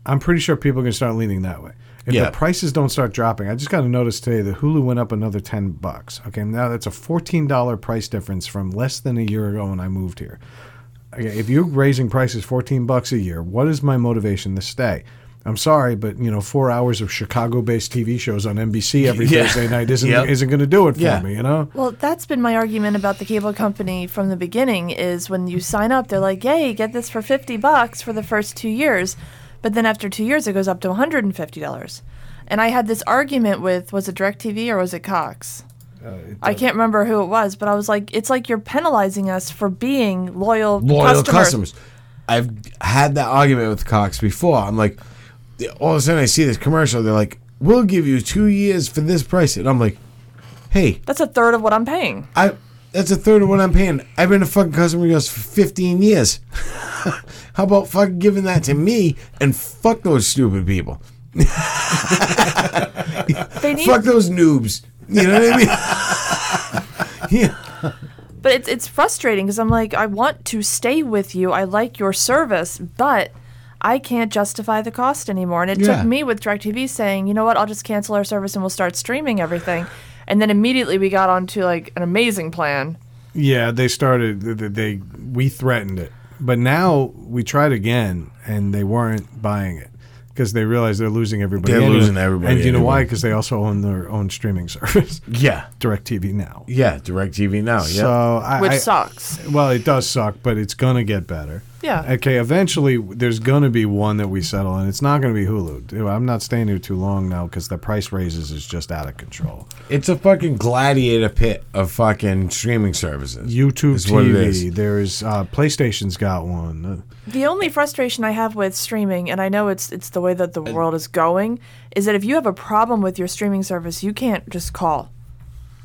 I'm pretty sure people are going to start leaning that way. If
Yeah.
the prices don't start dropping, I just got to notice today that Hulu went up another 10 bucks. Okay, now that's a $14 price difference from less than a year ago when I moved here. Okay, if you're raising prices 14 bucks a year, what is my motivation to stay? I'm sorry, but you know, 4 hours of Chicago-based TV shows on NBC every
Yeah.
Thursday night isn't
Yep.
isn't going to do it for
Yeah.
me, you know?
Well, that's been my argument about the cable company from the beginning is when you sign up, they're like, "Yay, get this for 50 bucks for the first 2 years." But then after 2 years it goes up to $150. And I had this argument with was it DirecTV or was it Cox?
Uh,
I can't remember who it was, but I was like, it's like you're penalizing us for being loyal,
loyal
customers.
customers. I've had that argument with Cox before. I'm like, all of a sudden I see this commercial. They're like, "We'll give you two years for this price," and I'm like, "Hey,
That's a third of what I'm paying.
I that's a third of what I'm paying. I've been a fucking customer of yours for 15 years. How about fucking giving that to me and fuck those stupid people?
They need
Fuck those noobs. You know what I mean? yeah.
But it's it's frustrating because I'm like, I want to stay with you. I like your service, but I can't justify the cost anymore. And it
Yeah.
took me with DirecTV saying, you know what, I'll just cancel our service and we'll start streaming everything. And then immediately we got onto like an amazing plan.
Yeah, they started. th- th- They we threatened it, but now we tried again, and they weren't buying it because they realized they're losing everybody.
They're
And you know-
losing everybody
and you know why?
anyway.
Because they also own their own streaming service,
Yeah.
DirecTV now.
Yeah. DirecTV now. Yeah.
So I,
Which
I-
sucks.
Well, it does suck, but it's gonna get better.
Yeah.
Okay. Eventually, there's gonna be one that we settle, and it's not gonna be Hulu. Dude, I'm not staying here too long now because the price raises is just out of control.
It's a fucking gladiator pit of fucking streaming services.
YouTube
Is what it
TV.
is.
There's uh, PlayStation's got one. Uh,
The only frustration I have with streaming, and I know it's it's the way that the world is going, is that if you have a problem with your streaming service, you can't just call.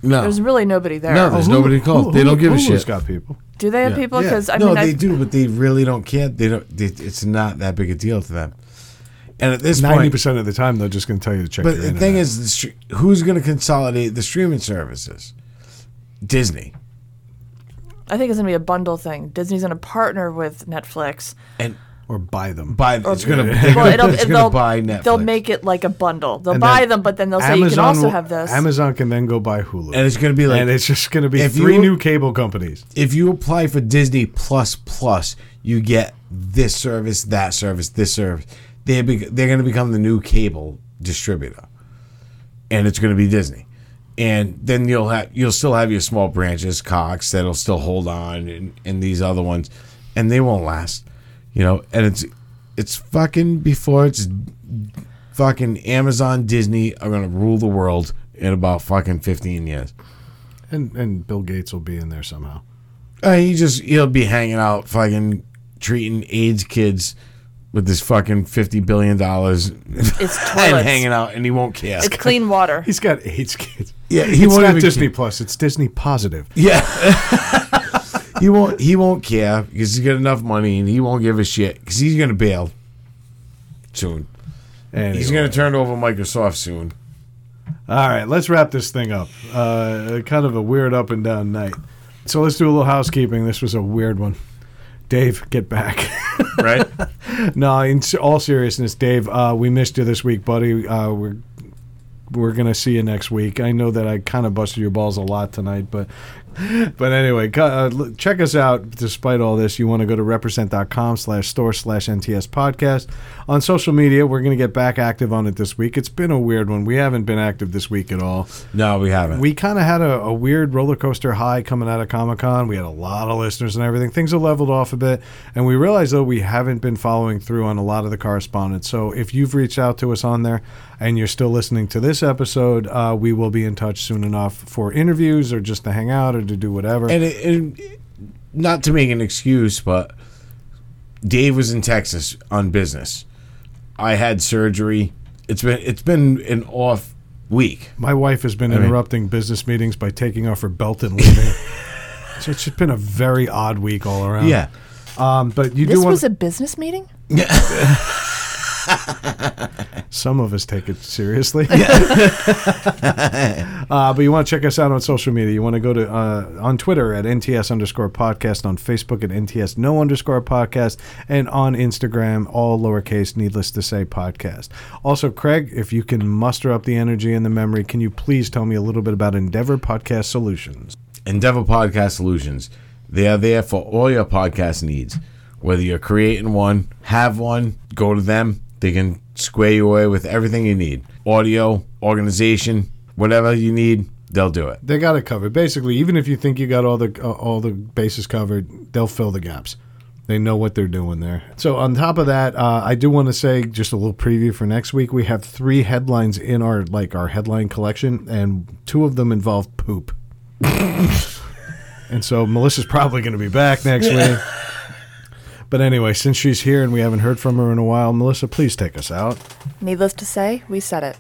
No.
There's really nobody there.
No, there's nobody
Hulu-
called. They
Hulu-
don't give a
Hulu's
shit.
got people.
Do they have
Yeah.
people?
Yeah.
Because I
no,
mean,
they
I,
do, but they really don't care. They don't. They, it's not that big a deal to them. And at this
Ninety
point,
percent of the time, they're just going to tell you to check.
but
your
the
internet.
thing is, the stre- who's going to consolidate the streaming services? Disney.
I think it's gonna be a bundle thing. Disney's gonna partner with Netflix.
And
or buy them.
buy it's going to
Well, it'll,
it's
they'll
going to buy Netflix.
They'll make it like a bundle. They'll
And
buy
then
them, but then they'll say you can
Amazon
also
will-
have this.
Amazon can then go buy Hulu,
and it's going to be like
and it's just going to be
if
three
you-
new cable companies.
if you apply for Disney Plus Plus, you get this service, that service, this service. They be, they're going to become the new cable distributor, and it's going to be Disney. And then you'll have you'll still have your small branches, Cox that'll still hold on, and, and these other ones, and they won't last, you know. And it's it's fucking before it's fucking Amazon Disney are going to rule the world in about fucking fifteen years.
And and Bill Gates will be in there somehow.
Uh, he just he'll be hanging out, fucking treating AIDS kids with this fucking fifty billion dollars and
it's toilets.
hanging out, and he won't care.
It's clean water.
He's got AIDS kids.
yeah, he
it's
won't
not
even
Disney
Care.
Plus. It's Disney Positive.
Yeah, he won't. He won't care because he's got enough money, and he won't give a shit because he's gonna bail soon.
And
He's gonna turn over Microsoft soon.
All right, let's wrap this thing up. Uh, kind of a weird up and down night. So let's do a little housekeeping. This was a weird one. Dave, get back.
Right?
no, in s- all seriousness, Dave, uh, we missed you this week, buddy. Uh, we're we're gonna see you next week. I know that I kind of busted your balls a lot tonight, but but anyway, co- uh, l- check us out. Despite all this, you want to go to represent.com slash store slash NTS podcast. On social media, we're going to get back active on it this week. It's been a weird one. We haven't been active this week at all.
no, we haven't.
We kind of had a, a weird roller coaster high coming out of Comic Con. We had a lot of listeners and everything. Things have leveled off a bit. And we realized, though, we haven't been following through on a lot of the correspondence. So if you've reached out to us on there and you're still listening to this episode, uh, we will be in touch soon enough for interviews or just to hang out or to do whatever.
and, it, and not to make an excuse, but Dave was in Texas on business. I had surgery. It's been it's been an off week.
My wife has been
mean-
interrupting business meetings by taking off her belt and leaving. so it's just been a very odd week all around.
Yeah,
Um, but you
This
do want
was a business meeting.
some of us take it seriously. uh, but you want to check us out on social media. You want to go to uh, on Twitter at NTS underscore podcast, on Facebook at NTS no underscore podcast, and on Instagram, all lowercase, needless to say, podcast. Also, Craig, if you can muster up the energy and the memory, can you please tell me a little bit about Endeavor Podcast Solutions?
Endeavor Podcast Solutions. They are there for all your podcast needs. Whether you're creating one, have one, go to them. They can square you away with everything you need. Audio, organization, whatever you need, they'll do it.
They got it covered. Basically, even if you think you got all the uh, all the bases covered, they'll fill the gaps. They know what they're doing there. So on top of that, uh, I do want to say just a little preview for next week. We have three headlines in our like our headline collection, and two of them involve poop. and so Melissa's probably going to be back next week. But anyway, since she's here and we haven't heard from her in a while, Melissa, please take us out.
Needless to say, we said it.